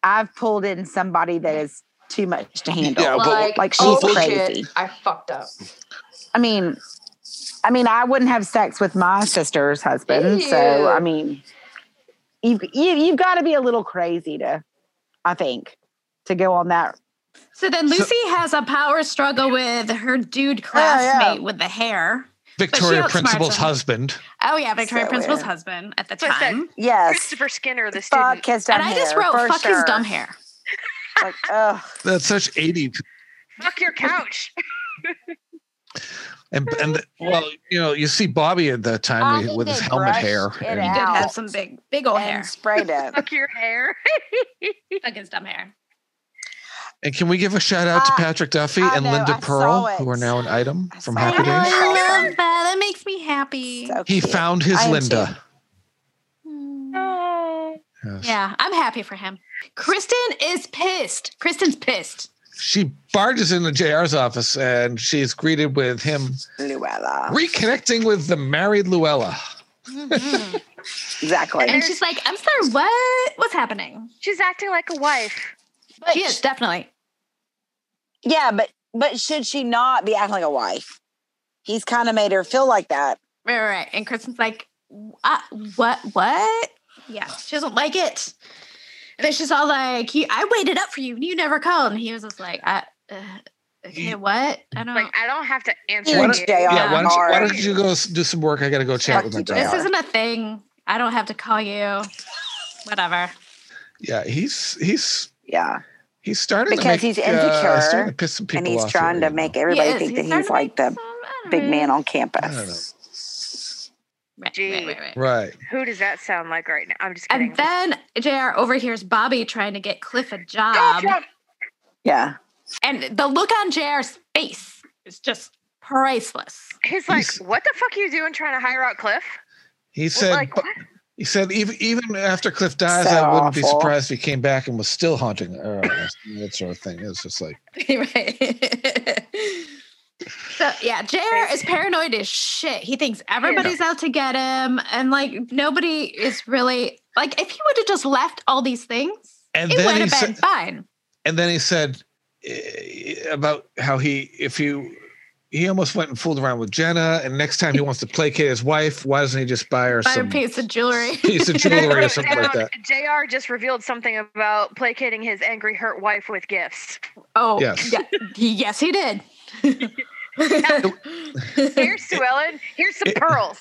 I've pulled in somebody that is too much to handle.
Yeah, but-
like,
like, she's
oh, shit,
crazy.
i fucked up
I mean, I mean, I wouldn't have sex with my sister's husband.
Ew.
So I mean, you've you, you've got to be a little crazy to, I think, to go on that
So then Lucy has a power struggle with her dude classmate with the hair.
Victoria
outsmarts
Principal's
him.
husband.
Oh yeah, Victoria
So
Principal's
weird.
husband at the
So it's that
time.
Yes.
Christopher Skinner, the
Fuck
student.
his dumb
And I just
hair,
wrote,
for
"Fuck his
sure."
dumb hair."
[laughs] Like, ugh.
That's such 80s.
Fuck your couch.
[laughs] And and well, you know, you see Bobby at that time
I
with-
think
with his
they
helmet
brushed
hair.
it
and-
He did
Ow.
have some big, big old hair.
And sprayed it.
Fuck your hair.
Fuck his dumb hair.
And can we give a shout out to
I-
Patrick Duffy
I
and
know,
Linda
I
Pearl,
saw
who are
it.
now an item
I
from
saw
Happy
it.
Days?
I
that.
love
That makes me happy.
So
He
cute.
found his
I am too.
Linda.
Oh.
Yes.
Yeah, I'm happy for him. Kristen is pissed. Kristen's pissed.
She barges into JR's office and she's greeted with him
Luella.
reconnecting with the married Luella.
Exactly.
And
And
there's-
she's like, I'm sorry, what? What's happening?
She's acting like a wife.
She is definitely.
Yeah, but but should she not be acting like a wife? He's kind of made her feel like that.
Right, right, right. And Kristen's like, uh, what, what? Yeah, she doesn't like it. And then she's all like, "You- I waited up for you and you never called. And he was just like, I, uh, okay, what? I don't
Like I don't have to answer
Why
you.
don't- JR.
yeah, why don't, you, why don't
Hard.
you go s- do some work? I got to go chat with my
Fuck you,
dad.
This isn't a thing. I don't have to call you. Whatever.
Yeah, he's he's
Yeah,
he's starting to
Because
make,
he's
uh,
insecure
starting to piss some people
and he's
off
trying
here,
to
you
make
know.
everybody
He is.
think that
starting
he's
to
like
make
the
some- I don't
big
know.
man on
I don't know.
campus.
Right,
Gee.
right, right, right.
Right.
Who does that sound like right now? I'm just kidding.
And then JR overhears Bobby trying to get Cliff a
Go,
job.
Trump!
Yeah,
And the look on JR's face is just priceless.
He's like,
He's-
"What the fuck are you doing trying to hire out Cliff?"
He said
like, what?
he said even even after Cliff dies,
So
I wouldn't be
awful.
surprised if he came back and was still haunting her. that sort of thing. It's just like
[laughs] right. so yeah, JR is paranoid as shit. He thinks everybody's out to get him, and like nobody is really like if he would have just left all these things,
And
it
then
would
he
have been
said-
fine.
and then he said eh, about how he if he he almost went and fooled around with Jenna, and next time he wants to placate his wife, why doesn't he just buy her
Buy a
some
piece of jewelry.
[laughs] piece
[laughs]
of jewelry or something like that?
Jr. just revealed something about placating his angry hurt wife with gifts.
Oh
Yes.
yeah, he, yes he did. [laughs]
Here's Sue Ellen. Here's some
It-
pearls.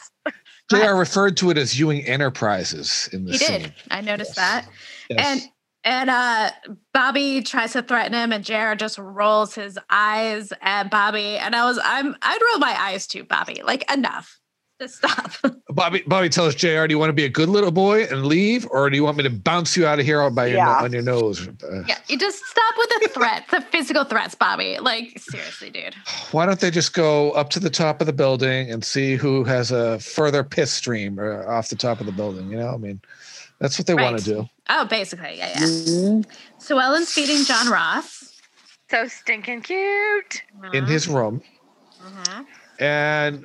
Jr. referred to it as Ewing Enterprises in the
he
scene.
did. I noticed
Yes.
that.
Yes.
And and uh Bobby tries to threaten him and Jared just rolls his eyes at Bobby. And I was I'm I'd roll my eyes too, Bobby. Like enough. Just stop.
Bobby Bobby tells Jr. Do you want to be a good little boy and leave, or do you want me to bounce you out of here by your,
Yeah.
on your nose? Uh,
yeah. You just stop with the threats, the physical threats, Bobby. Like seriously, dude.
Why don't they just go up to the top of the building and see who has a further piss stream uh, off the top of the building? You know, I mean, that's what they want
Right.
to do.
Oh, basically. Yeah, yeah.
Mm-hmm.
So Ellen's feeding John Ross.
So stinking cute.
in his room. And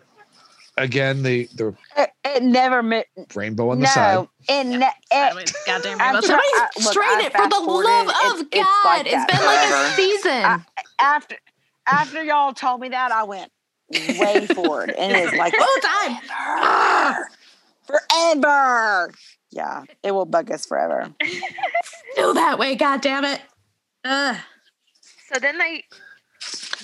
again, the the
it, it never. mi-
rainbow on the
no,
side.
it. ne-
Sideways,
it
Goddamn
I'm
rainbow.
try-
Somebody
I- look,
straighten
I
it for the
fast-forwarded.
love
It's-
of
it's like
God.
that
it's been like a
forever.
season.
I- after after y'all told me that, I went way forward, and it's like
Full time. Ah,
forever. Yeah, it will bug us forever.
Still that way, God damn it. Ugh.
So then they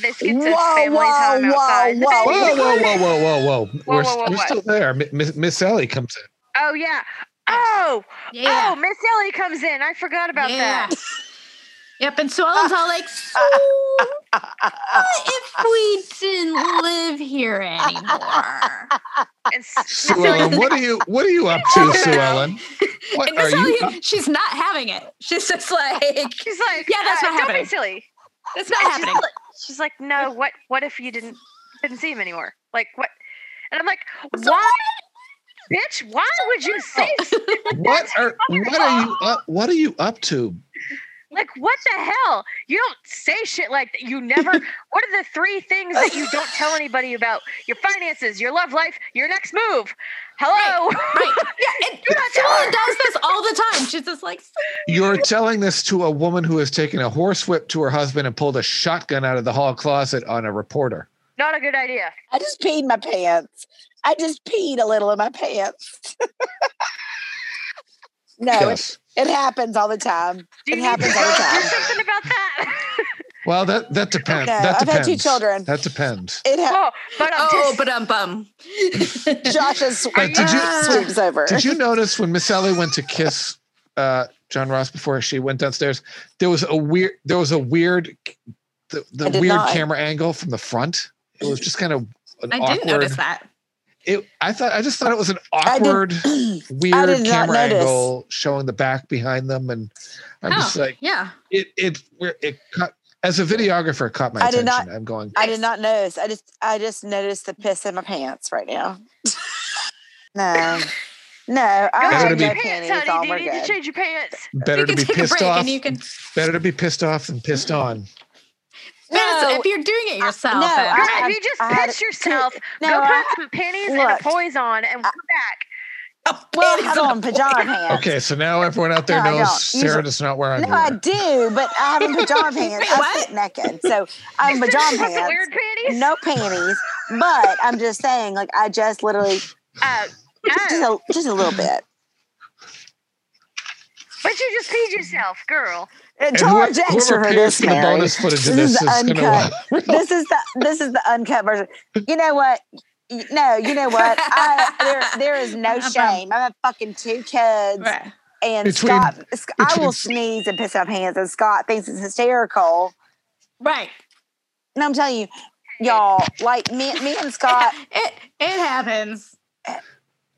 they skip to
Whoa,
family
whoa,
time
whoa,
outside.
whoa,
Whoa, whoa, whoa, whoa, whoa, whoa! we're
whoa,
we're
what?
still there. Mi- Miss, Miss Ellie comes in.
Oh yeah. Oh,
Yeah.
oh, Miss Ellie comes in. I forgot about that.
Yep, and so Ellen's all
[laughs]
like, so what if we didn't live here anymore?
And s- Miss
Sue Ellen,
Ellie,
what are you what are you up
[laughs]
to, Sue Ellen? What
and
are
Miss
you up
Elliot, she's not having it. She's just
[laughs]
like,
she's like,
Yeah, that's
uh,
not
Don't
happening."
be silly.
it's not
And she's
happening.
like- She's like, no. What? What if you didn't didn't see him anymore? Like what? And I'm like, why, bitch? Why would you say?
[laughs]
What are what are you up what are you up to?
Like what the hell? You don't say shit like that. You never. what are the three things that you don't tell anybody about? Your finances, your love life, your next move. Hello. [laughs]
Right. Yeah, and Sue Ellen does this all the time. She's just like, "So
You're telling this to a woman who has taken a horsewhip to her husband and pulled a shotgun out of the hall closet on a reporter.
Not a good idea.
I just peed my pants. I just peed a little in my pants. no,
Yes.
it, it happens all the time.
Do you
It
need to
happens all
go
the
do
time.
something about that?
Well, that that depends.
No,
that
I've had
depends.
two children.
That depends.
It happens.
oh, but I'm
oh,
just,
but um bum.
Josh is
Like, did you-
swoops over.
Did
[laughs]
you notice when Miss Ellie went to kiss uh, John Ross before she went downstairs? There was a weird. There was a weird. The, the
I did
weird
not.
camera angle from the front. It was just kind of an
I
awkward.
didn't notice that.
It, I thought. I just thought it was an
did-
[clears throat]
awkward,
I
weird
did not
camera
notice.
angle showing the back behind them, and I'm just
oh,
like,
yeah.
it. It. It, it caught, as a videographer, it caught my
I did
attention.
not-
I'm going.
I did not notice. I just I just noticed the piss in my pants right now. no. No, I
go
Better to
have no
be-
change your pants,
panties
honey.
on.
Do you
We're
need to
good.
change your pants?
Better
we
to
can
be
take a
pissed
break
off.
and you can
Better to be pissed off
[clears throat]
than pissed on.
Madison,
No, Uh,
if you're doing it yourself.
no,
then-
I-
Girl, if you just
I had
pitch
two-
yourself,
no,
go
I-
put some panties and a
uh, look, uh,
poise on and
I-
come back.
[laughs] Well, it's on [laughs] pajama pants.
Okay, so now everyone out there
No, I
knows
don't.
Sarah
Usually-
does not
Oh,
wear
No,
underwear.
I do, but I have a [laughs] pajama pants. I sit naked, so
[laughs]
I'm pajama
With the
pants.
weird panties.
No panties, but I'm just saying, like I just literally
Uh,
[laughs] just
oh,
a, just a little bit.
but you just peed yourself, girl.
And
And whoever-
Charge extra
whoever
for
pays
this,
for the
Mary.
bonus footage of
This is
this is
the
gonna [laughs]
uncut. this is the this is the uncut version. You know what? Y- No, you know what? I, there, there is
[laughs]
no
Uh-huh.
shame. I have fucking two kids,
Right.
and
Between-
Scott, Sc- I
between-
will sneeze and piss up hands, and Scott thinks it's hysterical.
Right.
And I'm telling you, y'all, like me, me and Scott.
It it happens.
[laughs]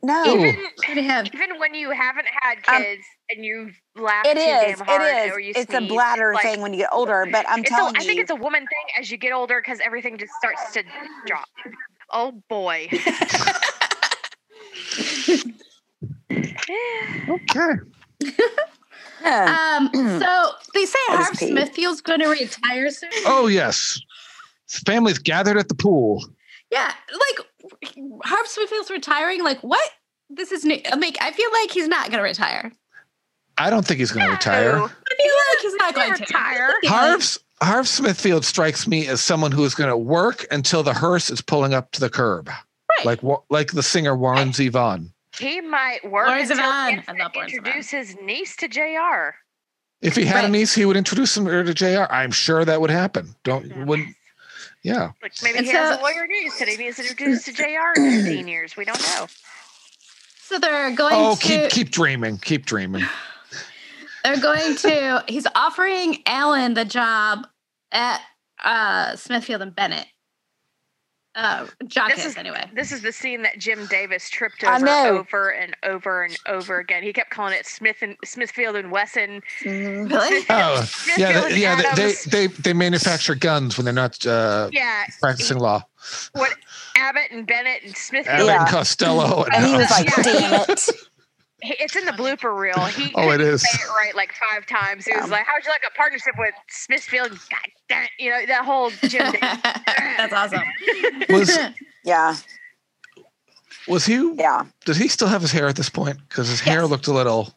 No,
Even
It happens.
even when you haven't had
Um,
kids and you laugh
it
too
is.
damn hard,
It
or you
is. It's a
sneeze,
bladder
like,
thing when you get older. But I'm
It's a,
telling
I think
you,
it's a woman thing as you get older because everything just starts to drop. Oh
[laughs]
boy.
Yeah.
Um, [clears throat] so they say
I
Harv
just peed.
Smithfield's going to retire soon.
Oh yes, families gathered at the pool.
Yeah, like Harv Smithfield's retiring. Like what? This is new. I mean, I feel like he's not going to retire.
I don't think he's going to retire.
I feel like he's not going to
retire.
Yeah.
Harv's Harv Smithfield strikes me as someone who is going to work until the hearse is pulling up to the curb,
Right.
like wa- like the singer Warren Zevon.
He might work
Lawrence
until
Zevon.
he
I
gets
love
to
Lawrence Zevon.
introduce his niece to JR.
If he had a
Right.
niece, he would introduce him to Jr. I'm sure that would happen. Don't wouldn't. Yeah.
Like maybe
And
he has
so-
a lawyer niece that he needs
[coughs]
to introduce to JR in 15 years. We don't know.
so they're going
Oh,
to
keep keep dreaming, keep dreaming.
they're going to he's offering Alan the job at uh Smithfield and Bennett. Uh
This
Jockets
is- [laughs]
anyway.
This is the scene that Jim Davis tripped
I
over
know.
over and over and over again. He kept calling it Smith and Smithfield and Wesson. uh,
Mhm.
Really?
Oh, yeah,
Smithfield
they, yeah.
and
They,
Adams.
they they they manufacture guns when they're not uh,
yeah,
practicing law.
what Abbott and Bennett and Smithfield.
Abbott
Yeah.
and Costello. And, uh,
And he was like,
Yeah.
"Damn it!"
He- It's in the blooper reel. He
oh, it
couldn't
is.
say it right like five times. He was
Yeah.
like, "How'd you like a partnership with Smithfield?" God damn, you know that whole
[laughs]
Jim Davis.
[laughs] That's awesome.
[laughs] Was
Yeah,
was he?
yeah.
Does he still have his hair at this point? Because his hair
Yes.
looked a little.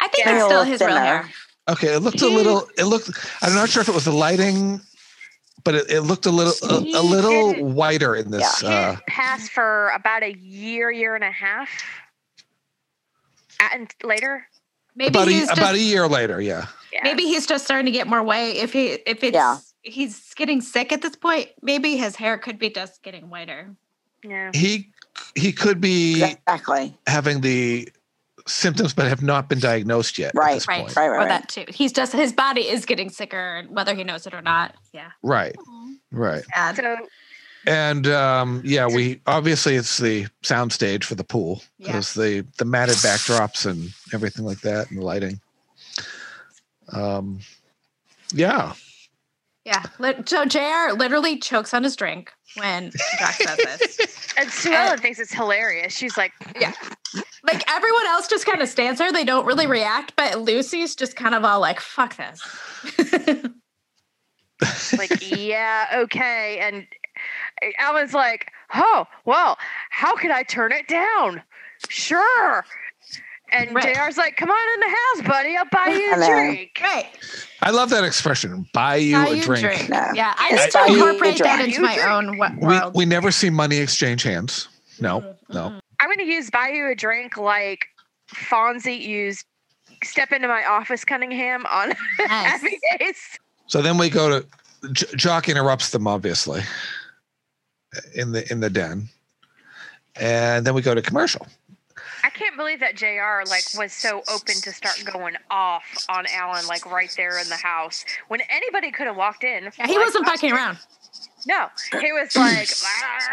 I think
Yeah.
it's
Real
still his real
thinner.
hair.
Okay, it looked a little. It looked. I'm not sure if it was the lighting, but it, it looked a little a, a
He
little
didn't-
whiter in this.
He
Uh,
didn't pass for about a year, year and a half, and later.
Maybe
about a,
he's
about a
just
year later, yeah.
Yeah.
maybe he's just starting to get more weight. If he if it's
Yeah.
he's getting sick at this point, maybe his hair could be just getting whiter.
Yeah.
He he could be
Exactly.
having the symptoms, but have not been diagnosed yet. At
Right,
this
Right.
Point.
Right,
Or
right, right.
that too. He's just his body is getting sicker, whether he knows it or not. Yeah.
Right. Right.
Sad.
So
And um, yeah, we obviously it's the soundstage for the pool
Yeah.
because the the matted backdrops and everything like that and the lighting. Um, yeah,
Yeah. Lit- So JR literally chokes on his drink when Jack says this.
And Sue Ellen thinks it's hilarious. She's like,
Like everyone else just kind of stands there. They don't really react, but Lucy's just kind of all like, fuck this.
[laughs]
like, yeah, okay. And Alan's like, oh, well, how could I turn it down? Sure. And
Right.
JR's like, come on in the house, buddy. I'll buy you
I know.
a drink.
right.
I love that expression. Buy you
Buy
a
you
drink.
No.
Yeah. I
Yes,
need to
buy you a
incorporate that
drink.
into my own wo-
We [laughs]
world.
we never see money exchange hands. No,
Mm-hmm.
no.
I'm going to use buy you a drink like Fonzie used step into my office, Cunningham, on [laughs]
Nice.
Happy Days.
So then we go to J- Jock interrupts them obviously in the in the den, and then we go to commercial.
I can't believe that JR like was so open to start going off on Alan like right there in the house when anybody could have walked in.
Yeah, he
like,
wasn't fucking around.
No,
[clears throat]
he was like, "Ah,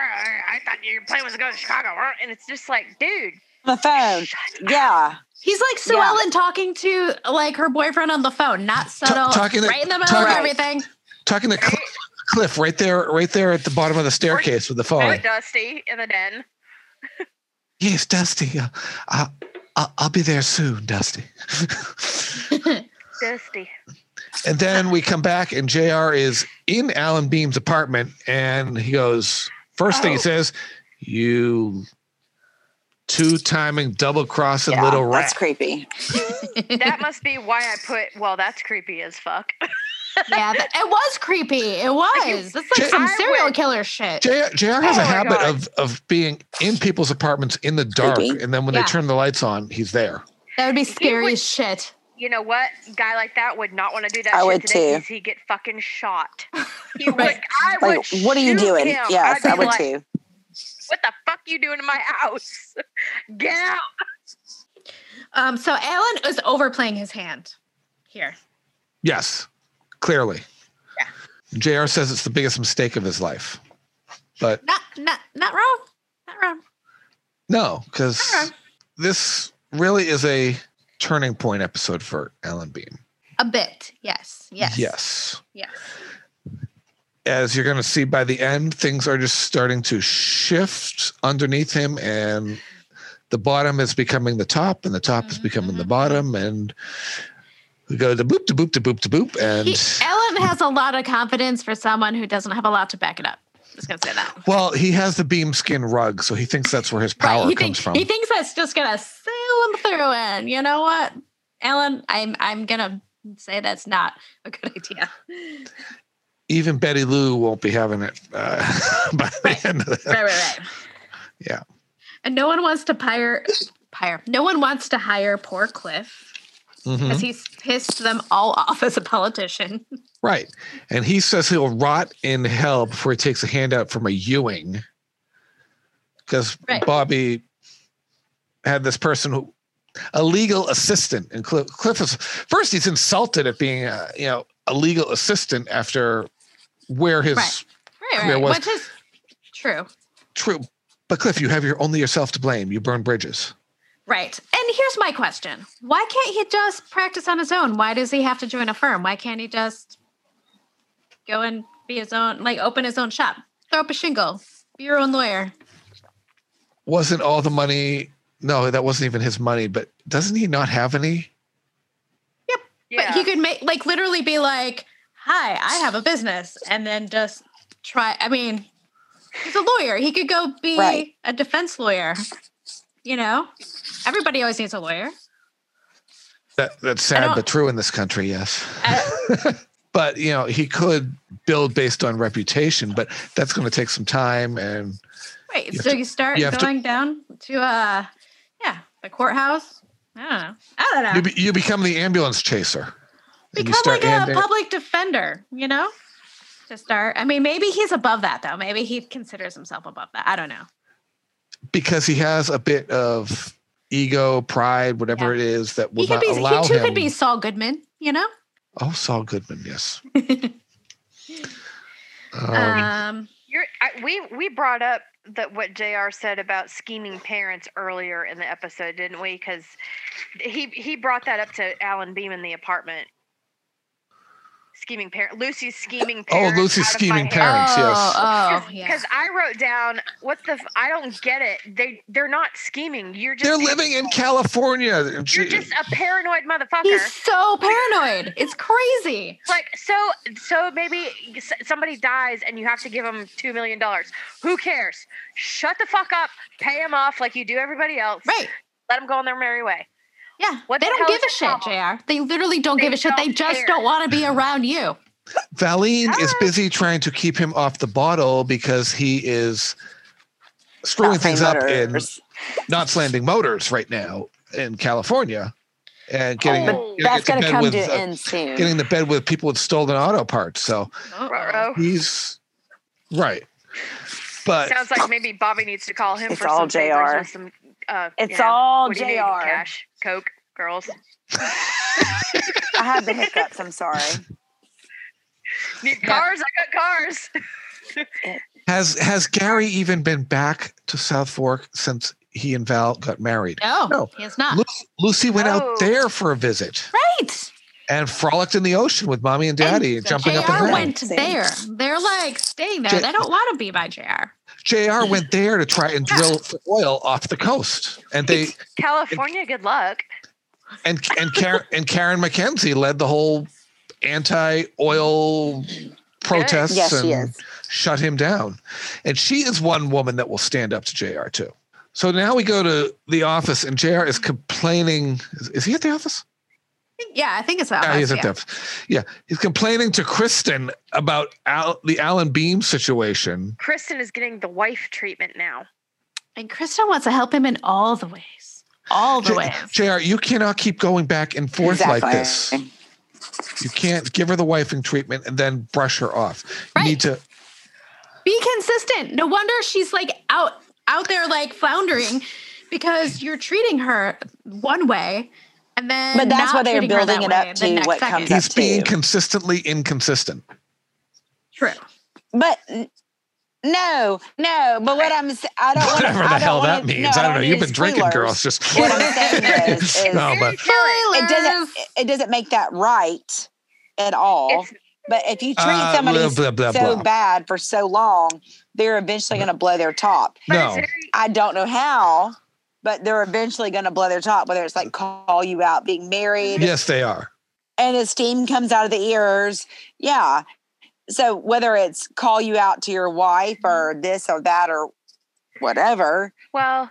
I thought your plane was going to Chicago, and it's just like, dude,
On the phone. Yeah.
He's like Sue
Yeah.
Ellen talking to like her boyfriend on the phone, not subtle,
talking to-
right in the middle
talking-
of everything.
Talking to Cl- Cliff right there, right there at the bottom of the staircase with the phone.
very dusty in the den.
Yes, Dusty. Uh, I, I, I'll be there soon, Dusty.
Dusty.
and then we come back, and JR is in Alan Beam's apartment, and he goes, first thing he
Oh.
says, You two timing, double crossing
Yeah,
little rat.
that's creepy.
[laughs]
that must be why I put. Well, that's creepy as fuck.
Yeah, that, it was creepy. It was. That's like
Jay-
some
I
serial killer shit.
JR, JR has
Oh
a
my
habit
God.
of of being in people's apartments in the dark,
Creepy.
and then when
Yeah.
they turn the lights on, he's there.
That would be scary
would-
as shit.
You know what? Guy like that would not want to do that.
I
shit
would
today
too.
'cause He'd get
[laughs]
fucking shot. He
Right.
would. I would.
Like, what are you
shoot
doing?
him.
Yes,
I'd
I
be
would
like,
too.
What the fuck you doing in my house? [laughs] Get out.
Um, so Alan is overplaying his hand here.
Yes, clearly. JR says it's the biggest mistake of his life, but
Not, not, not wrong. Not wrong.
no, because this really is a turning point episode for Alan Beam.
A bit. Yes. Yes.
Yes.
Yes.
As you're going to see by the end, things are just starting to shift underneath him, and the bottom is becoming the top, and the top is becoming
Mm-hmm.
the bottom, and we go to boop, to boop, to boop, to boop, and
He, Alan has a lot of confidence for someone who doesn't have a lot to back it up. Just gonna say that.
well, he has the beam skin rug, so he thinks that's where his [laughs] power
he, think-
comes from.
he thinks that's just gonna sail him through. And you know what, Alan, I'm I'm gonna say that's not a good
[laughs]
idea.
Even Betty Lou won't be having it uh, [laughs] by the
Right.
end of that.
right, right, right.
Yeah.
And no one wants to hire hire. No one wants to hire poor Cliff
Mhm.
because he's pissed them all off as a politician. [laughs]
Right. And he says he'll rot in hell before he takes a handout from a Ewing. Because
Right.
Bobby had this person who, a legal assistant. And Cliff, Cliff is, first, he's insulted at being, a, you know, a legal assistant after where his
Right. Right,
There
right.
was-
Which is true.
true. But Cliff, you have your only yourself to blame. You burn bridges.
Right. And here's my question. Why can't he just practice on his own? Why does he have to join a firm? Why can't he just go and be his own, like open his own shop, throw up a shingle, be your own lawyer?
Wasn't all the money, no, that wasn't even his money, but doesn't he not have any?
Yeah.
But he could make, like, literally be like, hi, I have a business. And then just try. I mean, he's a lawyer. He could go be
Right.
a defense lawyer. You know, everybody always needs a lawyer.
That, that's
I
sad
don't-
but true in this country, yes.
I-
[laughs]
[laughs]
but you know he could build based on reputation but that's going to take some time and
Right.
You have
so
to-
you start
you have to-
going down to uh yeah, the courthouse. I don't know. I don't know.
you, be, you become the ambulance chaser And you
Become like a
handing-
public defender, you know? To start. I mean, maybe he's above that though. Maybe he considers himself above that. I don't know.
because he has a bit of ego pride whatever it is that will
he could
not
be
allow
he too
him
could be Saul Goodman, you know?
oh saul goodman yes um,
[laughs] Um
You're, I, we we brought up that what Jr. said about scheming parents earlier in the episode, didn't we? Because he he brought that up to Alan Beam in the apartment. Scheming parent, Lucy's scheming
oh
parents.
lucy's
out of my
scheming
hair.
parents yes
oh, oh, yeah.
Because I wrote down what the f- I don't get it. They they're not scheming. You're just
they're living in california
You're just a paranoid motherfucker.
He's so paranoid. It's crazy.
like so so maybe s- somebody dies and you have to give them two million dollars who cares shut the fuck up pay them off like you do everybody else
Right.
let them go on their merry way
Yeah.
What
they
the
don't
hell
give a
is your
shit, JR. They literally don't
They
give a shit. They
don't
just
care.
don't want to be around you.
Valine is
Ah.
busy trying to keep him off the bottle because he is screwing
Not saying
things up in
murderers.
[laughs] not slanding motors right now in California and getting the,
Oh.
you know, [laughs]
That's
gets
going
in
to
bed
come
with,
to
uh,
an end soon.
getting the bed with people with stolen auto parts. So
Oh,
Ruh-roh.
he's right, but
sounds like maybe bobby needs to call him
It's
for
all
some favors
JR.
and some uh
It's
you know,
all
what do
JR.
you need?
I
cash coke
[laughs]
girls
had [laughs] the hiccups. I'm sorry.
need cars i got cars
has has Gary even been back to South Fork since he and Val got married?
No,
No.
he is not.
Lu- Lucy went
Oh.
out there for a visit
Right.
and frolicked in the ocean with mommy and daddy,
And
jumping up and
JR
down.
went
See?
there. They're like staying there.
J-
they don't want to be by JR.
JR went there to try and drill for oil off the coast. And they
california good luck
and and Karen and Karen McKenzie led the whole anti-oil protests
Yes, she
and
is.
shut him down. And she is one woman that will stand up to JR too. So now we go to the office, and JR is complaining. Is, is he at the office?
Yeah, I think it's that.
Yeah, he's
yeah.
at the office. Yeah, he's complaining to Kristen about Al, the Alan Beam situation.
Kristen is getting the wife treatment now.
And Kristen wants to help him in all the ways. All
the way. JR, you cannot keep going back and forth like this. You can't give her the wifing treatment and then brush her off. You need to
Be consistent. No wonder she's like out out there like floundering because you're treating her one way and then
But
not
that's why they're
treating her that
building it up
way the
to
next
what
second.
comes
He's
up
being
too.
consistently inconsistent.
True.
But n- no, no. But what I'm, s- I don't.
Whatever
wanna,
the
I don't
hell
wanna,
that means.
no,
I don't know.
need
You've been drinking,
spoilers.
girls. Just
What I'm saying
[laughs]
is, is
no, but
it doesn't. It doesn't make that right at all. but if you treat
Uh,
somebody
blah, blah, blah,
so
blah.
bad for so long, they're eventually going to blow their top.
But it's No. very-
I don't know how, but they're eventually going to blow their top. Whether it's like call you out, being married,
yes, they are.
and the steam comes out of the ears. Yeah. So whether it's call you out to your wife or this or that or whatever.
Well,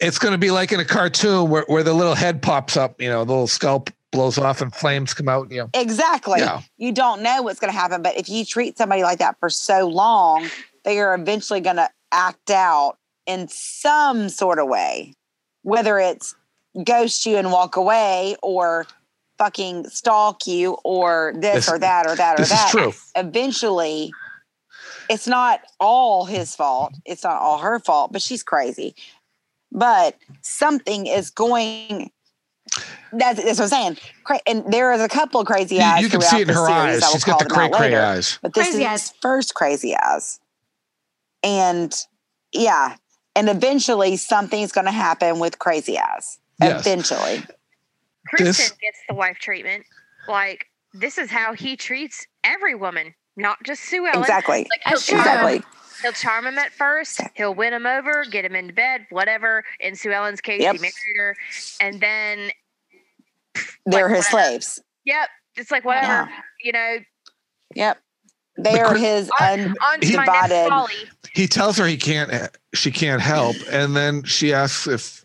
It's going to be like in a cartoon where, where the little head pops up, you know, the little scalp blows off and flames come out. You know,
exactly.
Yeah.
You don't know what's going to happen, but if you treat somebody like that for so long, they are eventually going to act out in some sort of way, whether it's ghost you and walk away or fucking stalk you or this,
This-
or that or that or
this is
that.
true.
Eventually, it's not all his fault. It's not all her fault, but she's crazy. But something is going. That's, that's what I'm saying. Cra- and there is a couple of crazy
You-
eyes.
you can
throughout
see it in
the
her
series.
eyes.
I will
She's
call
got the
them out
cray-cray
later.
eyes.
But this
Crazy
is his first crazy eyes. And yeah. And eventually something's going to happen with crazy eyes.
Yes.
Eventually.
Kristen gets the wife treatment. Like this is how he treats every woman, not just Sue Ellen.
Exactly.
Like, he'll
That's
charm
Exactly.
Him. He'll charm him at first. He'll win him over, get him into bed, whatever. In Sue Ellen's case,
Yep.
he married her, and then
They're his slaves.
yep, it's like whatever. You know,
Yep. They are his
on to my next
undivided.
folly.
he tells her he can't, she can't
[laughs]
help, and then she asks if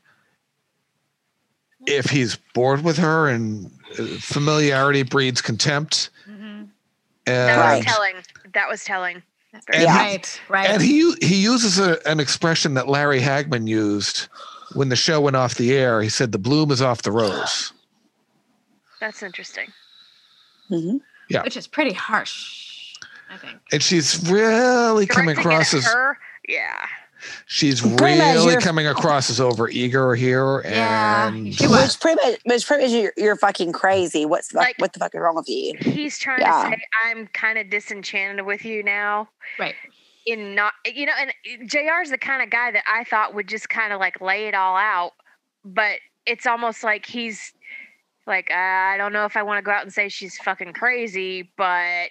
if he's bored with her, and uh, familiarity breeds contempt.
Mm-hmm.
That
And
was telling. That was telling.
And he-
Right, right.
And he u- he uses a, an expression that Larry Hagman used when the show went off the air. He said, "The bloom is off the rose."
That's interesting.
mm-hmm.
Yeah,
Which is pretty harsh.
and she's really coming
Directing it
across
at
as
her, yeah.
she's
Pretty much
really
you're-
coming across as over eager here, and
Which pretty much, which pretty much you're, you're fucking crazy. What's the, what the fuck is wrong with you?
He's trying
Yeah.
to say I'm kind of disenchanted with you now.
Right.
In not you know, and JR's the kind of guy that I thought would just kind of like lay it all out, but it's almost like he's like, "Uh, I don't know if I want to go out and say she's fucking crazy, but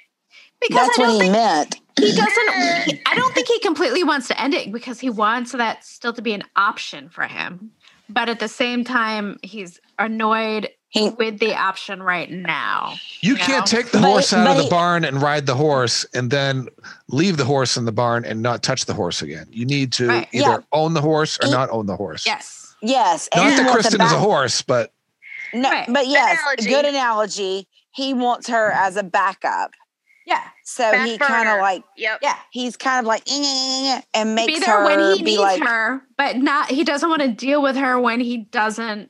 That's what he meant.
He doesn't he- I don't think he completely wants to end it because he wants that still to be an option for him. But at the same time, he's annoyed with the option right now.
you can't take the
But-
horse out of
but
the
he-
barn and ride the horse, and then leave the horse in the barn and not touch the horse again. You need to
Right.
either
Yeah.
own the horse or not own the horse.
Yes.
Yes.
Not
he
that
wants
Kristen
a
is a
back-
horse, but
No, but yes, good analogy. He wants her as a backup.
Yeah.
So
Back
he kind of
burner.
like
yep.
Yeah. He's kind of like [laughs] "Eh, eh, eh, eh," and makes
be there
her
when he
be
needs
like
her, but not he doesn't want to deal with her when he doesn't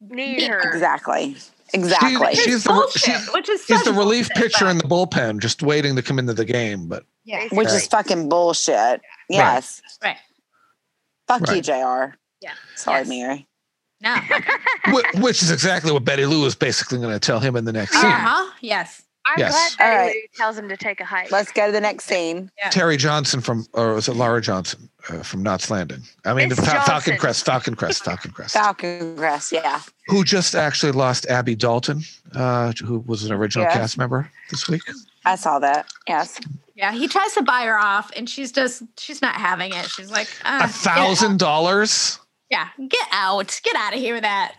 need her.
Exactly.
She-
Exactly.
she's the
bullshit,
she's,
which is
she's
such
the relief
bullshit,
pitcher in the bullpen, just waiting to come into the game. But
Yeah.
Which is fucking bullshit. Yes.
Right.
Fuck you, JR.
Yeah.
Sorry, Mary.
No.
Wh- which is exactly what Betty Lou is basically going to tell him in the next scene.
Uh-huh. Yes.
I'm
Yes.
glad Betty
All right.
Lou tells him to take a hike.
Let's go to the next scene.
Terry Johnson from, or was it Laura Johnson uh, from Knots Landing? I mean,
It's
Fal- Falcon
Johnson.
Crest, Falcon Crest, Falcon Crest,
Falcon Crest, yeah.
who just actually lost Abby Dalton, uh, who was an original
Yeah.
cast member this week.
I saw that. Yes.
Yeah, he tries to buy her off, and she's just she's not having it. She's like, uh,
A thousand dollars.
Yeah, get out, get out of here with that.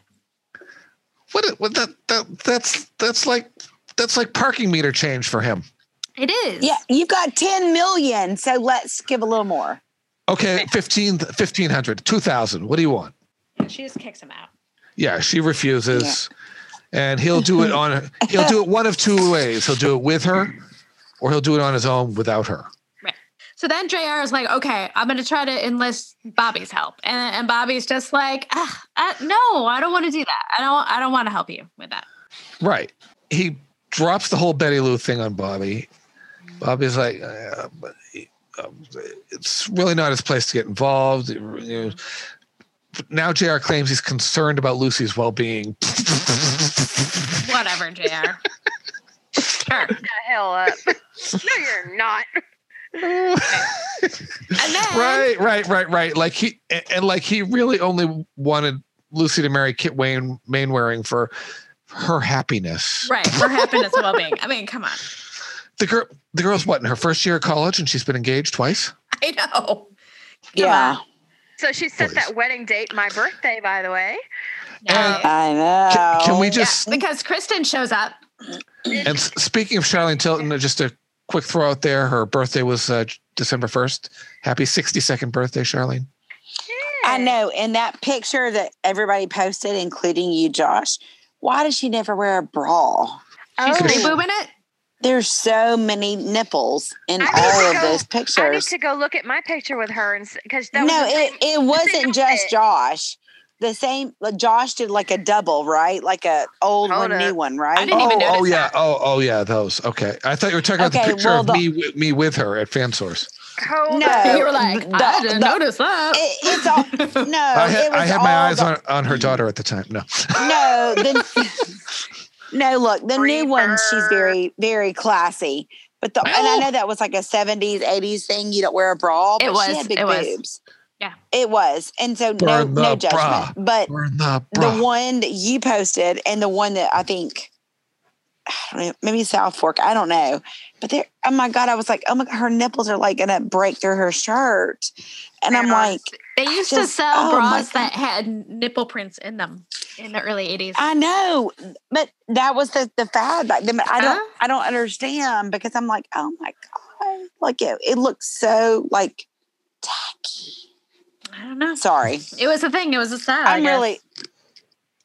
What? a- What? That, that? That's that's like that's like parking meter change for him.
It is.
Yeah. You've got 10 million. So let's give a little more.
Okay, 15, 1500, 2000. What do you want?
She just kicks him out.
Yeah, she refuses. And he'll do it on he'll do it one of two ways. He'll do it with her or he'll do it on his own without her.
So then JR is like, okay, I'm going to try to enlist Bobby's help. And, and Bobby's just like, ah, I, no, I don't want to do that. I don't, I don't want to help you with that.
Right. He drops the whole Betty Lou thing on Bobby. Bobby's like, uh, but, um, it's really not his place to get involved. You know, Now JR claims he's concerned about Lucy's well being.
Whatever, [laughs] JR. sure.
the hell up. no, you're not.
right, right, right, right. Like he a- and like he really only wanted Lucy to marry Kit Wayne Mainwaring for her happiness.
Right. For happiness and well being. I mean, come on.
The girl, the girl's what in her first year of college, and she's been engaged twice.
I know.
yeah.
So she set that wedding date, my birthday, by the way.
I know.
Can we just?
Because Kristen shows up.
And s- speaking of Charlene Tilton, uh, just a quick throw out there: her birthday was uh, December first. Happy 62nd birthday, Charlene.
I know. And that picture that everybody posted, including you, Josh, why does she never wear a bra?
She's
Oh.
free boobing it.
There's so many nipples in
I need
all
to
of
go-
those
I need
pictures.
to go look at my picture with her and because that
No,
was the
it,
same-
it wasn't just Josh. The same, like, Josh did like a double, right? Like a old
Hold
one,
up.
new one, right?
didn't
oh,
even notice
oh yeah, oh, oh yeah, those. Okay, I thought you were talking about
Okay,
the picture
well,
of
the-
me, with, me with her at FanSource.
Hold
No,
up.
You were like,
th-
I
the-
didn't
the-
notice that.
It, it's all no.
[laughs] I had,
Oh, it was
I had
all
my eyes
the-
on, on her daughter at the time. No,
No, the, [laughs] no. Look, the new one. She's very, very classy. But the and I know that was like a seventies, eighties thing. You don't wear a bra. But
It
She
was,
had big
it was.
boobs.
Yeah.
it was. And so
Burn
no, no
the bra.
judgment. But
burn the
the one that you posted and the one that I think. I don't know, maybe South Fork. I don't know, but there. Oh my God! I was like, oh my God, her nipples are like gonna break through her shirt, and I'm
Yeah.
like,
[laughs] They used to
just-
sell
oh my
bras that had nipple prints in them in the early 80s.
I know, but that was the the fad back then. But I don't, I don't understand because I'm like, oh my god, like it, it looks so like.
I don't know.
Sorry,
It was a thing. It was a style. I
I'm
guess.
really.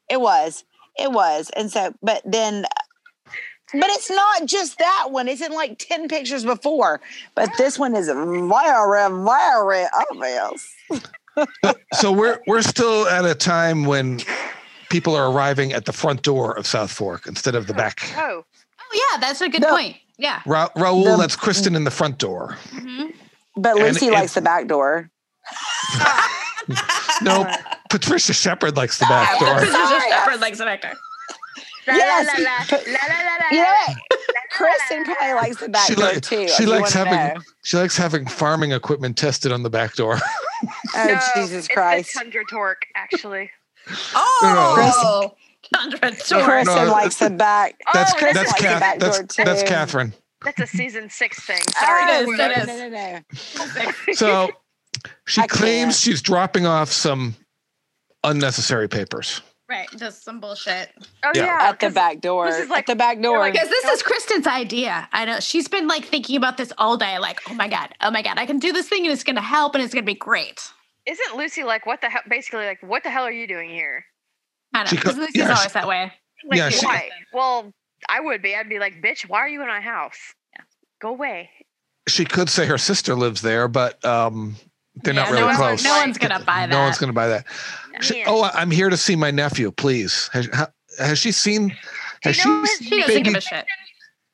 It was, it was, and so, but then, but it's not just that one. It's in like ten pictures before, but this one is very, very obvious.
So we're we're still at a time when people are arriving at the front door of South Fork instead of the back.
Oh,
Oh, yeah. That's a good
The-
point. Yeah.
Ra- Raul
The-
lets Kristen in the
[laughs]
front door.
Mhm.
But
And
Lucy
if-
likes the back door.
No, Patricia Shepard likes
[laughs]
the back door.
Patricia
Sorry.
Shepherd likes an actor.
la,
Yes.
la, la, la, la, la, la,
You know
la.
what? Kristen probably likes the back
She
door
like-
too.
she
if you
likes
wanna
having- [laughs]
know.
She likes having farming equipment tested on the back door.
Oh
No,
Jesus
it's
Christ!
the Tundra Torque, actually.
Oh!
Tundra Torque.
Kristen
No,
likes the back.
[laughs] That's
Oh,
Kristen
that's
likes the
Kath,
back
that's
door too.
that's
[laughs]
Catherine.
That's a season six thing.
Sorry,
Sorry.
it is,
no,
that
no,
is.
no, no, no.
So she
I can't.
claims she's dropping off some unnecessary papers.
Right. Just some bullshit.
Oh
Yeah.
yeah,
Uh,
At the
'cause
back door.
this is like-
At the back door.
like
Because this is Kristen's idea. I know she's been like thinking about this all day. Like, oh my god, oh my god, I can do this thing and it's gonna help and it's gonna be great.
Isn't Lucy like what the hell? Basically, like what the hell are you doing here?
I know
She co-
because Lucy's
yeah, she-
always that way.
Like
Yeah, she-
why? Well, I would be. I'd be like, bitch, why are you in my house? Go away.
She could say her sister lives there, but um, they're
Yeah,
not
no
really
one's-
close.
no one's gonna buy
No
that.
one's gonna buy that. She-
Man.
oh, I- I'm here to see my nephew, please. Has, ha- has she seen? Has
you know
she,
his
She doesn't
baby,
give a shit.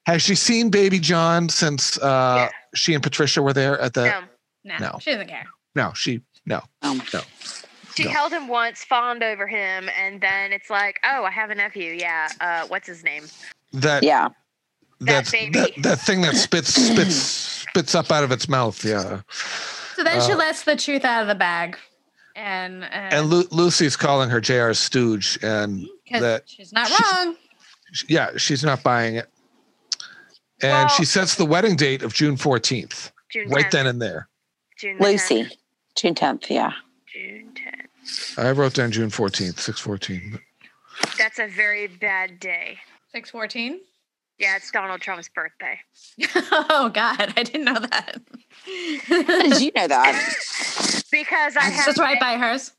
has she seen Baby John since uh, she and Patricia were there at the?
No.
No,
No.
she doesn't care.
No, she no.
Um,
She
No.
held him once, fawned over him, and then it's like, oh, I have a nephew. Yeah. Uh, what's his name?
[laughs]
That
yeah.
that's-
baby.
that that thing that spits spits spits up out of its mouth. Yeah,
So then she
Uh,
lets the truth out of the bag, and uh,
and Lu- Lucy's calling her Jr. Stooge, and
'cause
that-
she's not
she-
wrong.
sh- yeah, she's not buying it. And she
Well-
sets the wedding date of June fourteenth,
June
right
10th.
Oh, then and there.
June 10th.
Lucy. June
[laughs]
10th. Yeah.
June 10th.
I wrote down June fourteenth, six fourteen.
That's a very bad day.
Six fourteen. [laughs]
Yeah, it's Donald Trump's birthday.
oh God, I didn't know that. [laughs]
How did you know that?
because I have
Just right by hers.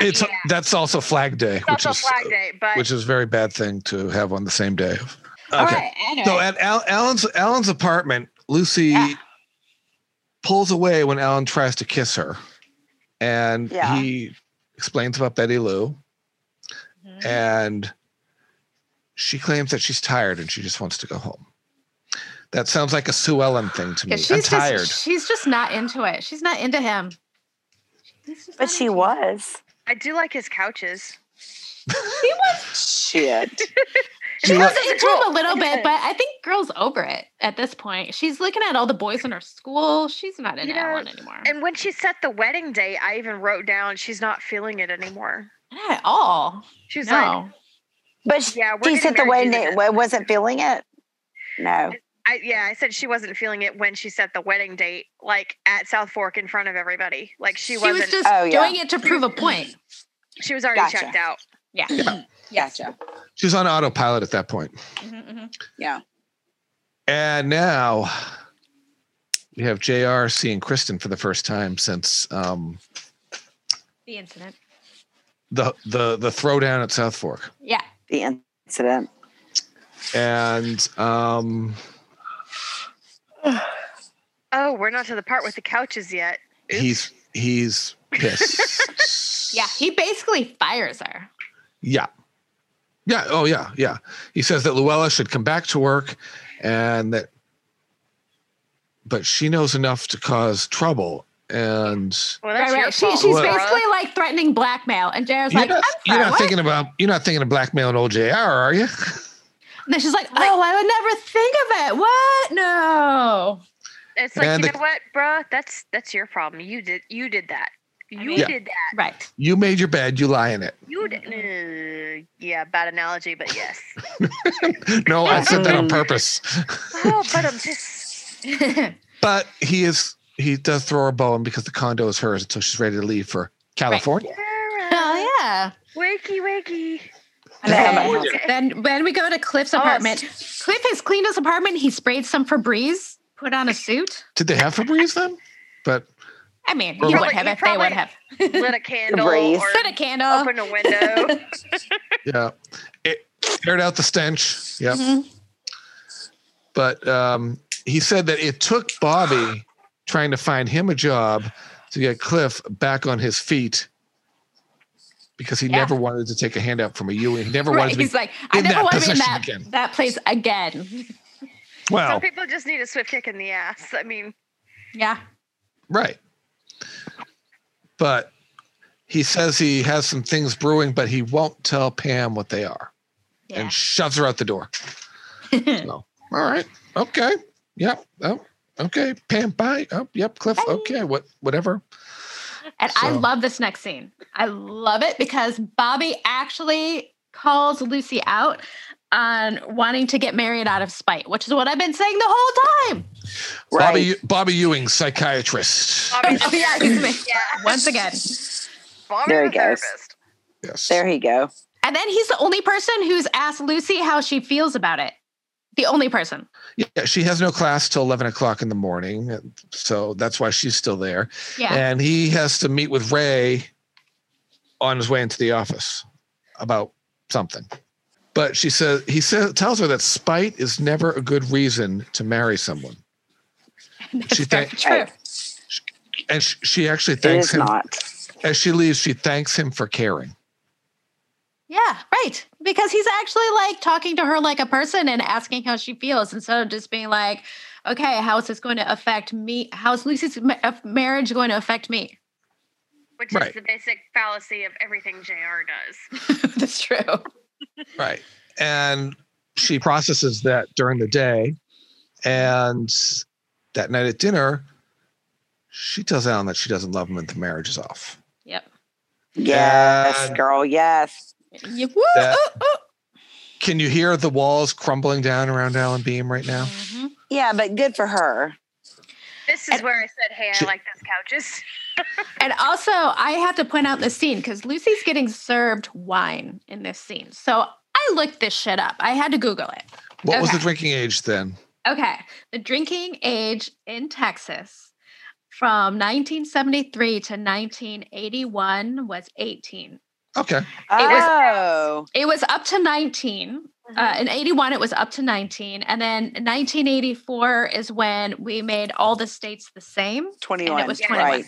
my-
It's
yeah,
that's also Flag Day, which
also
is
Flag Day, but
which is a very bad thing to have on the same day. Okay.
All right. Anyway.
So at Al- Alan's Alan's apartment, Lucy pulls away when Alan tries to kiss her, and
Yeah.
he explains about Betty Lou, and she claims that she's tired and she just wants to go home. That sounds like a Sue Ellen thing to me.
'Cause
I'm
she's
tired.
just she's just not into it. She's not into him. She's just
But
not
she
into
was.
I do like his couches.
She
[laughs]
was
Shit.
she
You
was
like-
into him a little bit, but I think girls over it at this point. She's looking at all the boys in her school. She's not into
You know,
Alan anymore.
And when she set the wedding date, I even wrote down she's not feeling it anymore.
Not at all.
She was like,
No.
But she,
"Yeah, we're
he
getting
said the way
married June
it
event."
wasn't feeling it. No.
I, yeah, I said she wasn't feeling it when she set the wedding date, like at South Fork in front of everybody. Like she,
She
wasn't.
was just
Oh, yeah.
doing it to
[clears throat]
prove a point.
she was already
Gotcha.
checked out.
Yeah.
Gotcha.
She's on autopilot at that point.
Mhm, mhm.
Yeah.
And now we have JR seeing Kristen for the first time since um,
The incident.
the the the throwdown at South Fork.
Yeah.
The incident.
And um,
Oh, we're not to the part with the couches yet.
he's he's pissed.
[laughs] Yeah. He basically fires her.
Yeah. Yeah. Oh yeah. Yeah. He says that Luella should come back to work and that but she knows enough to cause trouble. And
Well,
Right,
that's your
right. She,
fault,
she's
Laura.
basically like threatening blackmail. And Jared's
you're
like,
not,
I'm
you're
sorry,
not
what?"
thinking about you're not thinking of blackmailing old JR, are you?
And then she's like, oh, I would never think of it. What? No.
It's like
Man,
you
the-
know what, bruh? That's that's your problem. You did you did that. You
mean- Yeah.
did that.
Right.
You made your bed, you lie in it.
You did. Uh, yeah, bad analogy, but yes. [laughs]
No, I
[laughs]
said that on purpose.
oh, but I'm just. [laughs]
[laughs]
But he is he does throw her bone because the condo is hers until she's ready to leave for California.
Sarah,
Oh, yeah.
Wakey, wakey.
Hey.
Then then we go to Cliff's
Oh,
apartment. Cliff has cleaned his apartment. He sprayed some Febreze, put on a suit.
Did they have Febreze then? But
I mean,
Or
he
like-
would have
he
if they would
probably-
have.
[laughs]
Lit a candle
Breeze.
or
Put a candle.
open a
[laughs]
window.
yeah, it aired out the stench. Yeah.
Mhm.
But um, he said that it took Bobby trying to find him a job to get Cliff back on his feet because he
Yeah.
never wanted to take a handout from a U. He never wanted
Right.
to be.
He's like, I
in
never
that
want to be in
position
that,
again.
that place again.
well,
Some people just need a swift kick in the ass.
[laughs]
I mean,
Yeah.
Right. But he says he has some things brewing, but he won't tell Pam what they are
[laughs] Yeah.
and shoves her out
[laughs]
the door. so, all right. Okay. Yep. Oh, okay. Pam, bye. Oh, yep. Cliff.
Bye.
Okay. What? Whatever.
And I
So-
love this next scene. I love it because Bobby actually calls Lucy out on wanting to get married out of spite, which is what I've been saying the whole [laughs] time.
Bobby, Bobby Ewing, psychiatrist.
Oh,
Bobby's a
yeah,
therapist.
excuse me. Once again.
Bobby's
There he
a
goes.
therapist.
Yes.
There you go.
And then he's the only person who's asked Lucy how she feels about it. The only person.
Yeah. She has no class till 11 o'clock in the morning. So that's why she's still there.
Yeah.
And he has to meet with Ray on his way into the office about something. But she says he says tells her that spite is never a good reason to marry someone,
That's
she
very
think-
true.
and she, she actually
It
thanks
is
him
not.
as she leaves. She thanks him for caring.
Yeah, right. Because he's actually like talking to her like a person and asking how she feels instead of just being like, okay, how is this going to affect me? How is Lucy's ma- uh, marriage going to affect me? [laughs]
Which
Right.
is the basic fallacy of everything JR does.
That's true.
Right, and she processes that during the day, and that night at dinner, she tells Alan that she doesn't love him and the marriage is off.
Yep.
Yes,
And-
girl. Yes.
You- woo, uh,
That-
ooh, ooh.
Can you hear the walls crumbling down around Alan Beam right now?
Mhm.
Yeah, but good for her.
This is
And-
where I said, hey,
She-
I like those couches.
And also, I have to point out this scene because Lucy's getting served wine in this scene. So I looked this shit up. I had to Google it.
What was the
Okay.
drinking age then?
Okay. The drinking age in Texas from 1973 to 1981 was 18.
Okay.
It
was
it was up to 19. Uh, in 81 it was up to 19 and then 1984 is when we made all the states the same and
21,
it was
yeah,
21
right.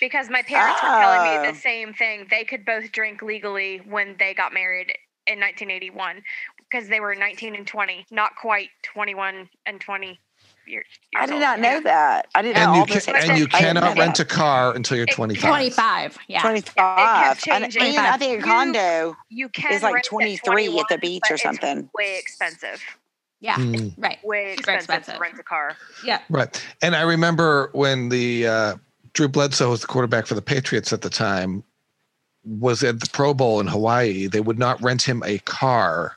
Because my parents were telling me
Ah.
the same thing. They could both drink legally when they got married in 1981 because they were 19 and 20, not quite 21 and 20 years.
I did not know that. I didn't
And
know
you
all those
can, and you
things. I didn't
cannot
know
rent
that.
a car until you're 25.
25 yeah
25. And
changing.
even I think a
You-
condo
You can
is
rent
like
at
23 at the
21,
beach
but
or
it's
something.
Way expensive.
Yeah.
Hmm.
Right.
Way expensive, to
expensive.
rent a car.
Yeah.
Right. And I remember when the uh, Drew Bledsoe was the quarterback for the Patriots at the time was at the Pro Bowl in Hawaii. They would not rent him a car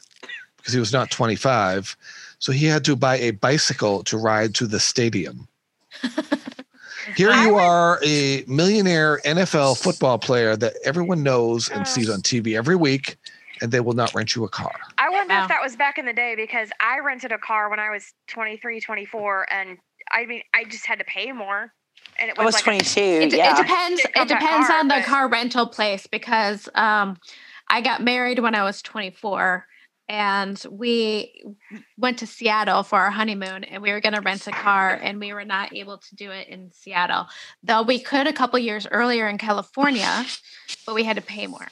because he was not 25. So he had to buy a bicycle to ride to the stadium. Here you are, a millionaire NFL football player that everyone knows and sees on TV every week, and they will not rent you a car.
I wonder
Wow.
if that was back in the day because I rented a car when I was 23, 24, and I mean, I just had to pay more. And it
I
was,
was
like a-
22.
it, it
yeah.
depends
Stick
it
on that
depends
car,
on the
but-
car rental place because um i got married when i was 24 and we went to seattle for our honeymoon and we were going to rent a car and we were not able to do it in seattle though we could a couple years earlier in california but we had to pay more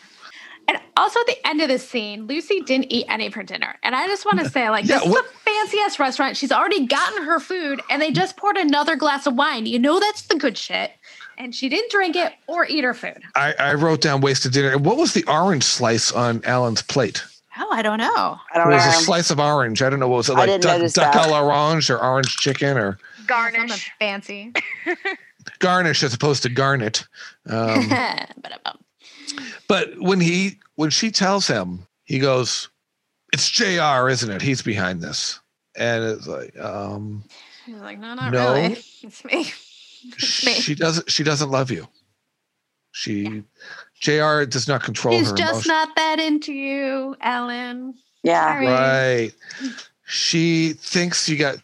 and also at the end of the scene, Lucy didn't eat any of her dinner. And I just want to say, like,
Yeah,
this
what-
is a fancy ass restaurant. She's already gotten her food and they just poured another glass of wine. You know that's the good shit. And she didn't drink it or eat her food.
I, I wrote down wasted dinner. What was the orange slice on Alan's plate?
Oh, I don't know.
I don't
There was a
know.
slice of orange. I don't know. Was it
I
like
didn't
duck,
notice
duck
that.
a l'orange or orange chicken or
Something
garnish.
fancy.
garnish as opposed to garnet? Um,
[laughs] But, um,
But when he when she tells him, he goes, "It's Jr. Isn't it? He's behind this." And it's like, um,
She's like, no, not
No.
really. [laughs] It's me. It's me.
she doesn't she doesn't love you. She Jr. does not control
He's
her
just
emotions.
not that into you, Ellen.
Yeah.
Sorry.
right. She thinks you got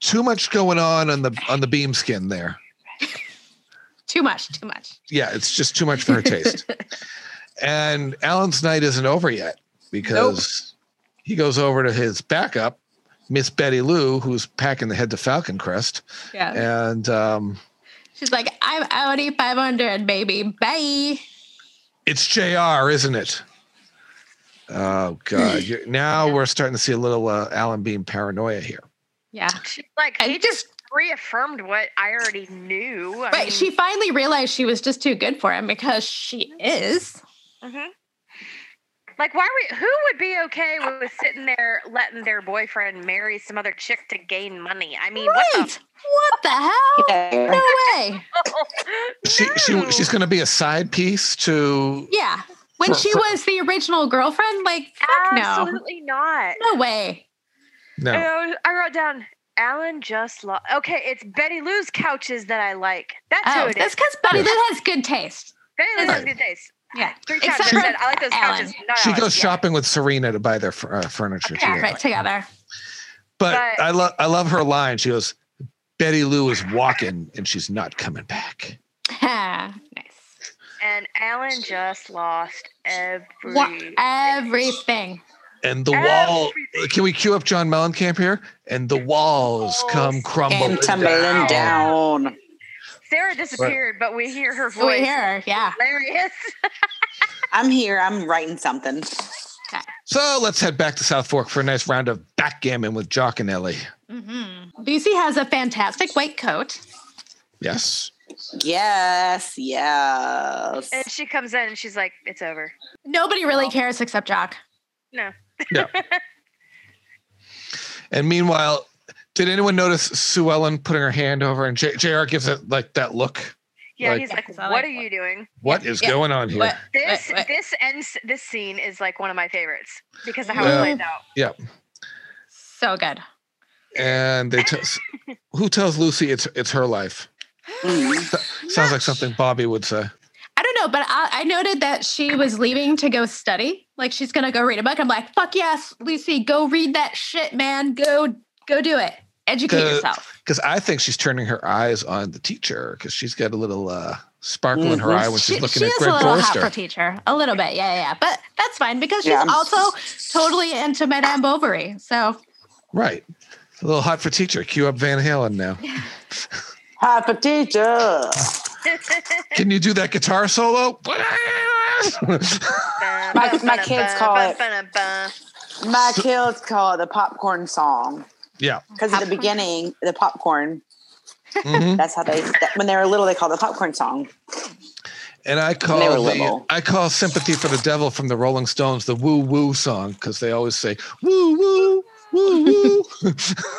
too much going on on the on the beam skin there.
Too much, too much.
Yeah, it's just too much for her taste. and Alan's night isn't over yet because he goes over to his backup, Miss Betty Lou, who's packing the head to Falcon Crest.
Yeah.
And um,
She's like, I'm Audi 500, baby. Bye.
it's JR, isn't it? Oh, God. You're, now we're starting to see a little uh, Alan Beam paranoia here.
Yeah.
She's like,
And
he
just-
just reaffirmed what I already knew. I
Right.
mean,
she finally realized she was just too good for him because she is.
mhm. Like, why would who would be okay with sitting there letting their boyfriend marry some other chick to gain money? I mean,
Right.
what
What the hell?
Yeah.
[laughs]
No way.
the hell?
She, she
No.
She's going to be a side piece to.
Yeah. When
For-
she
for-
was the original girlfriend, like, fuck no.
Absolutely not.
No way.
No.
I, was- I wrote down Alan just lost. Okay, it's Betty Lou's couches that I like. That's who
Oh,
it
that's
is.
because Betty Lou has good taste.
Betty Lou has
Right.
good taste.
Yeah.
Three times
Except
I
for
said I like those
Alan.
couches. Not
She
Alan.
goes
Yeah.
shopping with Serena to buy their fur- uh, furniture.
Yeah,
too.
right together.
But,
But-
I love I love her line. She goes, Betty Lou is walking and she's not coming back.
nice.
And Alan just lost every.
[laughs] Wa- Everything.
And the wall can we cue up John Mellencamp here? And the walls come crumbling
Came tumbling
down.
down.
Sarah disappeared, but we hear her
Oh, We
voice.
hear her. Yeah.
[laughs] Hilarious.
I'm here. I'm writing something.
So let's head back to South Fork for a nice round of backgammon with Jock and Ellie.
Mm-hmm. Lucy has a fantastic white coat.
Yes.
Yes. Yes.
And she comes in and she's like, "It's over."
Nobody really cares except Jock.
No.
And meanwhile, did anyone notice Sue Ellen putting her hand over and J- JR gives it like that look?
Yeah,
Like-
he's like,
Yeah, I
"What
like
are you doing?"
What is
yeah.
going on here?
What-
This
Wait, wait.
this ends this scene is like one of my favorites because of how
Yeah.
it plays out. [laughs]
So good.
And they t- who tells Lucy it's it's her life?
Mm.
Sounds like something Bobby would say.
I don't know, but I, I noted that she was leaving to go study. Like she's gonna go read a book. I'm like, fuck yes, Lucy, go read that shit, man. Go go do it. Educate yourself.
Because I think she's turning her eyes on the teacher because she's got a little uh, sparkle in her
Mhm.
eye when she's
She-
looking
she
at
is
Greg
a little hot for
Forster.
teacher, a little bit, yeah, yeah, yeah. But that's fine because she's
Yeah, I'm-
also totally into Madame Bovary. So
Right. A little hot for teacher. Cue up Van
[laughs]
Halen now.
Hot for teacher.
Can you do that guitar solo? [laughs]
my, my kids call it. My kids call it the popcorn song
yeah.
because at the beginning, the popcorn.
Mhm.
That's how they. That, when they were little, they called it the popcorn song.
And I
They were
call the,
little.
I call "Sympathy for the Devil" from the Rolling Stones the "Woo Woo" song because they always say "Woo Woo
[laughs]
Woo Woo." [laughs]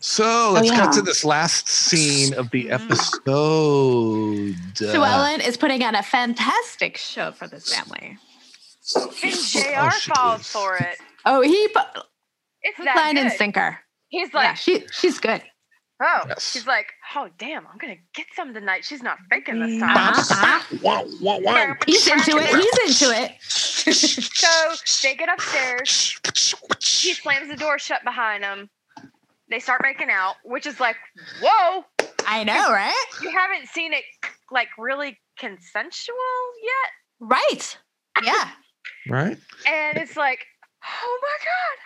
so
Oh,
let's
yeah. Mm.
cut to this last scene of the episode. Uh,
Sue Ellen is putting on a fantastic show for this family.
Oh,
And JR falls for it.
Oh, he pu-
It's
hook,
that
line and
good.
sinker.
He's like,
yeah, she she's good.
oh,
Yes.
he's like, oh damn, I'm gonna
[laughs]
get some tonight. She's not faking this time.
He's into it. He's into it.
[laughs] so they get upstairs. He slams the door shut behind him. They start making out, which is like, whoa.
I know, right?
You haven't seen it like really consensual yet.
Right. Yeah.
Right?
and it's like, oh my God.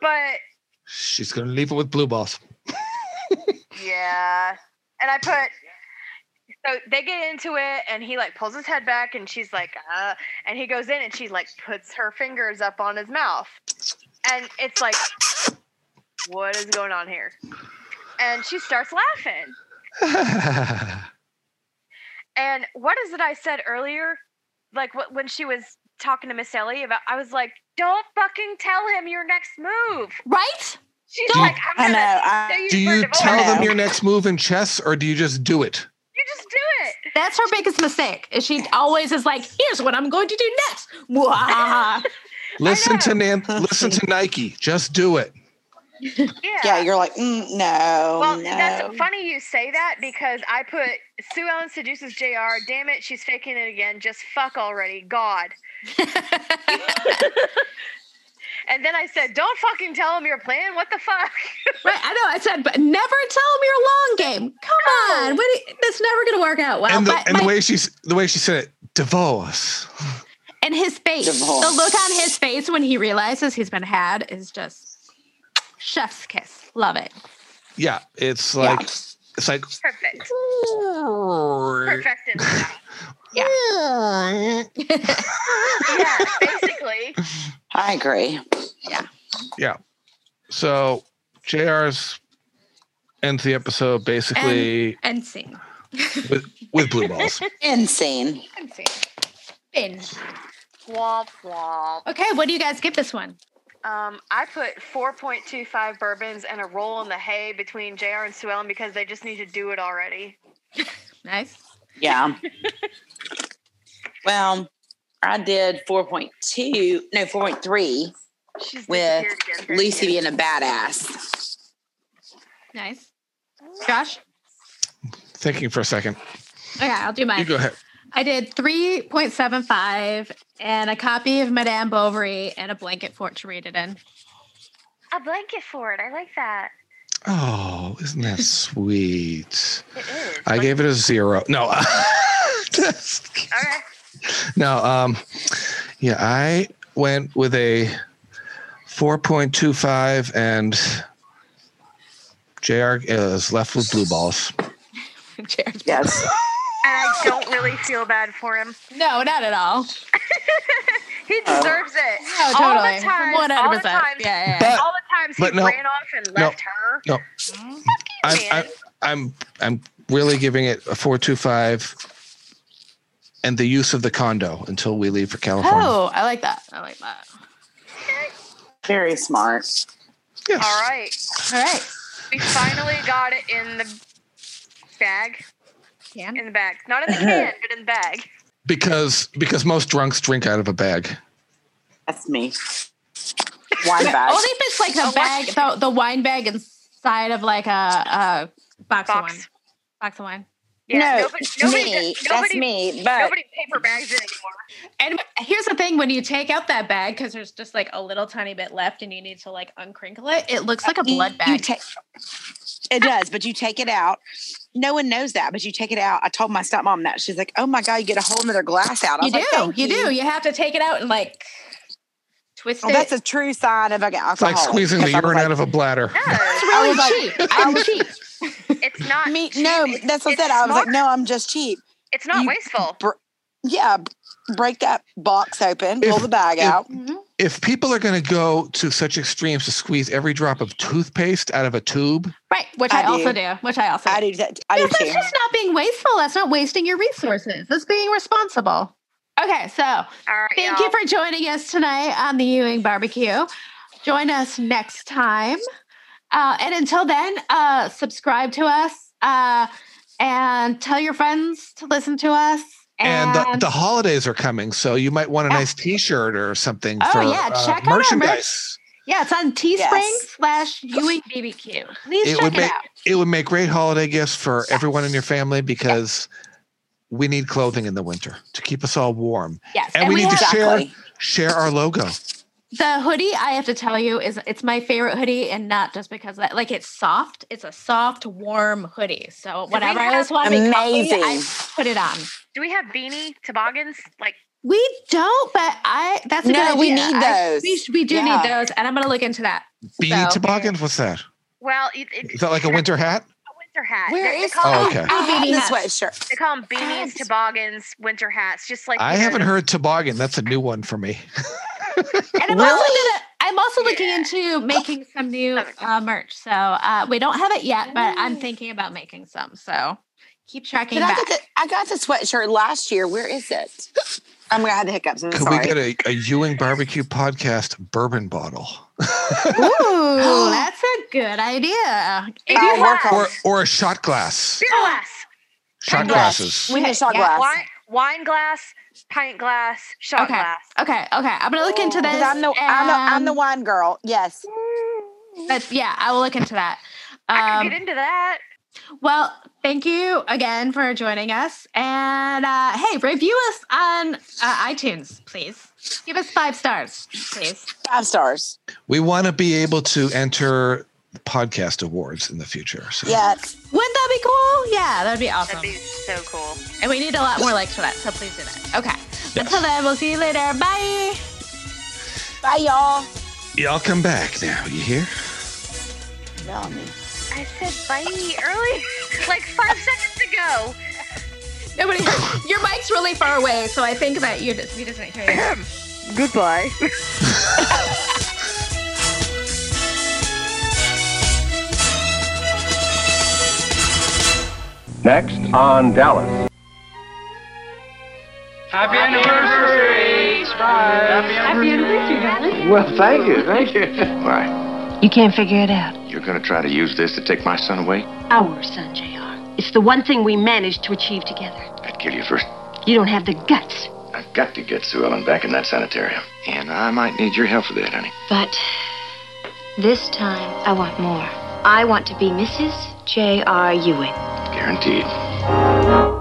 But
She's gonna leave it with Blue Balls.
yeah. And I put, so they get into it and he like pulls his head back and she's like, uh, and he goes in and she like puts her fingers up on his mouth. And it's like, what is going on here? And she starts laughing. And what is it I said earlier? Like what, when she was talking to Miss Ellie about, I was like, don't fucking tell him your next move.
Right?
She's
Do you-
like, I'm gonna sue you
do
for
you
divorce."
tell them your next move in chess, or do you just do it?
You just do it.
That's her biggest mistake. Is she always is like, here's what I'm going to do next. Mwah.
Listen to Nan. Listen to Nike. Just do it.
Yeah.
you're like, mm, no,
Well,
no.
that's funny you say that because I put Sue Ellen seduces JR. Damn it, she's faking it again. Just fuck already. God. and then I said, don't fucking tell him your plan. What the fuck?
[laughs]
[laughs]
right. I know. I said, but never tell him your long game. Come on. What do you- that's never going to work out well.
and the,
Uh, but
and the
my-
way she's the way she said it, divorce.
and his face,
Divorce.
the look on his face when he realizes he's been had is just chef's kiss. Love it.
Yeah, it's like it's like
Perfect.
Perfect.
Yeah.
yeah, basically.
I agree.
Yeah.
Yeah. So JR's ends the episode basically
And scene.
with with
[laughs]
blue balls.
Insane.
And scene. Bin.
Womp womp.
Okay, what do you guys give this one?
Um, I put 4.25 bourbons and a roll in the hay between JR and Sue Ellen because they just need to do it already.
Nice.
[laughs]
Yeah. well, I did 4.2, no, 4.3 with
disappeared again. There
Lucy
she is.
being a badass.
Nice. Josh?
Thinking for a second.
Okay, I'll do mine.
You go ahead.
I did 3.75 and a copy of Madame Bovary and a blanket for it to read it in.
A blanket for it. I like that.
Oh, isn't
[laughs]
that sweet?
It is.
I gave it a zero. No. [laughs] Just kidding. No, um yeah, I went with a 4.25 and JR is left with blue balls.
Yes.
And I don't really feel bad for him.
No, not at all.
he
Oh.
deserves it.
No,
All
totally.
the times, all the
100%.
times,
Yeah, yeah, yeah.
But-
all the times he
but no.
ran off and
No.
left her.
No. I'm, I'm, I'm, I'm really giving it a 425 and the use of the condo until we leave for California.
Oh, I like that. I like that.
Very smart.
All right.
All right.
We finally got it in the bag.
Can?
In the bag. Not in the can, but in the bag.
Because because most drunks drink out of a bag.
That's me. Wine bag.
Only if it's like the bag, the, the wine bag inside of like a, a box, of wine. Box of wine. Yeah,
no,
nobody- nobody
me.
does-
that's
nobody-
me. But
nobody paper bags it
[laughs]
anymore. And here's the thing: when you take out that bag, because there's just like a little tiny bit left, and you need to like uncrinkle it, it looks like a
You-
blood
You
bag.
take, it does, but you take it out. No one knows that, but you take it out. I told my stepmom that. She's like, "Oh my god, you get a whole nother glass out."
You
I was like,
do,
"Thank
you do. You have to take it out and like twist
Well,
it.
that's a true sign of an alcoholic.
It's like squeezing the urine out of a bladder.
It's really Oh, cheap. I was cheap.
It's not
me. No, that's what I said. I was like, "No, I'm just cheap."
It's not wasteful.
yeah, b- break that box open, pull the bag
if-
out.
Mm-hmm.
If people are going to go to such extremes to squeeze every drop of toothpaste out of a tube,
Right, which I,
I
also
do.
do. Which I also I
do. That, I do
that's
too.
just not being wasteful. That's not wasting your resources. That's being responsible. Okay, so thank you for joining us tonight on the Ewing Barbecue. Join us next time, uh, and until then, uh, subscribe to us uh, and tell your friends to listen to us.
and
And,
the, the holidays are coming, so you might want a nice T-shirt or something
Oh,
for
yeah,
uh,
check out our merch.
merchandise.
yeah, it's on Teespring slash Ewing BBQ. Please
it
check
would
it
make
out.
it would make great holiday gifts for everyone in your family because we need clothing in the winter to keep us all warm.
Yes,
and,
and
we,
we
need
have-
to
Exactly.
share share our logo.
The hoodie, I have to tell you, is it's my favorite hoodie, and not just because of that. Like it's soft. It's a soft, warm hoodie. So whenever I always
have-
want to be comfy, I
Amazing.
put it on.
Do we have beanie toboggans? Like
We don't, but I. That's a
No,
good
we
idea.
need
I- we,
those.
sh- we do
Yeah.
need those, and I'm gonna look into that.
Beanie
So-
toboggans? What's that?
well, it, it,
Is that like a winter hat?
winter hat.
Where
they,
is-
they call
Oh,
[laughs]
them-
okay.
Oh, beanie
hats.
sweatshirt.
They call them beanies, toboggans, winter hats. Just like
I
you know,
haven't
the-
heard toboggan. That's a new one for me.
And I'm also gonna. I'm also looking into making some new uh, merch. So uh, we don't have it yet, but I'm thinking about making some. So keep tracking
Did I
back.
get the, I got the sweatshirt last year. Where is it? I'm gonna have the hiccups. I'm
Could
sorry.
we get a, a Ewing barbecue podcast bourbon bottle?
[gasps] Ooh, that's a good idea. If
Or-
you have-
or, or a shot glass.
beer glass.
Shot glasses.
need shot
Yeah,
glass.
Wine, wine glass, pint glass, shot
Okay.
glass.
Okay, okay. I'm gonna look into this.
Because Oh. I'm the I'm, the I'm the wine girl. Yes.
But yeah, I will look into that.
I
Um,
could get into that.
Well, thank you again for joining us. And uh, hey, review us on uh, iTunes, please. Give us five stars, please.
Five stars.
We want to be able to enter the podcast awards in the future. So.
Yes.
Wouldn't that be cool? Yeah, that'd be awesome. That'd be
so cool.
And we need a lot more likes for that, so please do that. Okay. Until then, we'll see you later. Bye.
Bye, y'all.
Y'all come back now. You hear?
I said bye early, [laughs] like five seconds ago.
Nobody, your mic's really far away, so I think that you just, we just didn't hear you.
Goodbye.
Next on Dallas.
Happy anniversary, Happy anniversary, darling.
Well, thank you, thank you. Why?
You can't figure it out.
You're going to try to use this to take my son away?
Our son, JR. It's the one thing we managed to achieve together.
I'd kill you first.
You don't have the guts.
I've got to get Sue Ellen back in that sanitarium. And I might need your help for that, honey.
But this time, I want more. I want to be Mrs. J.R. Ewing.
Guaranteed.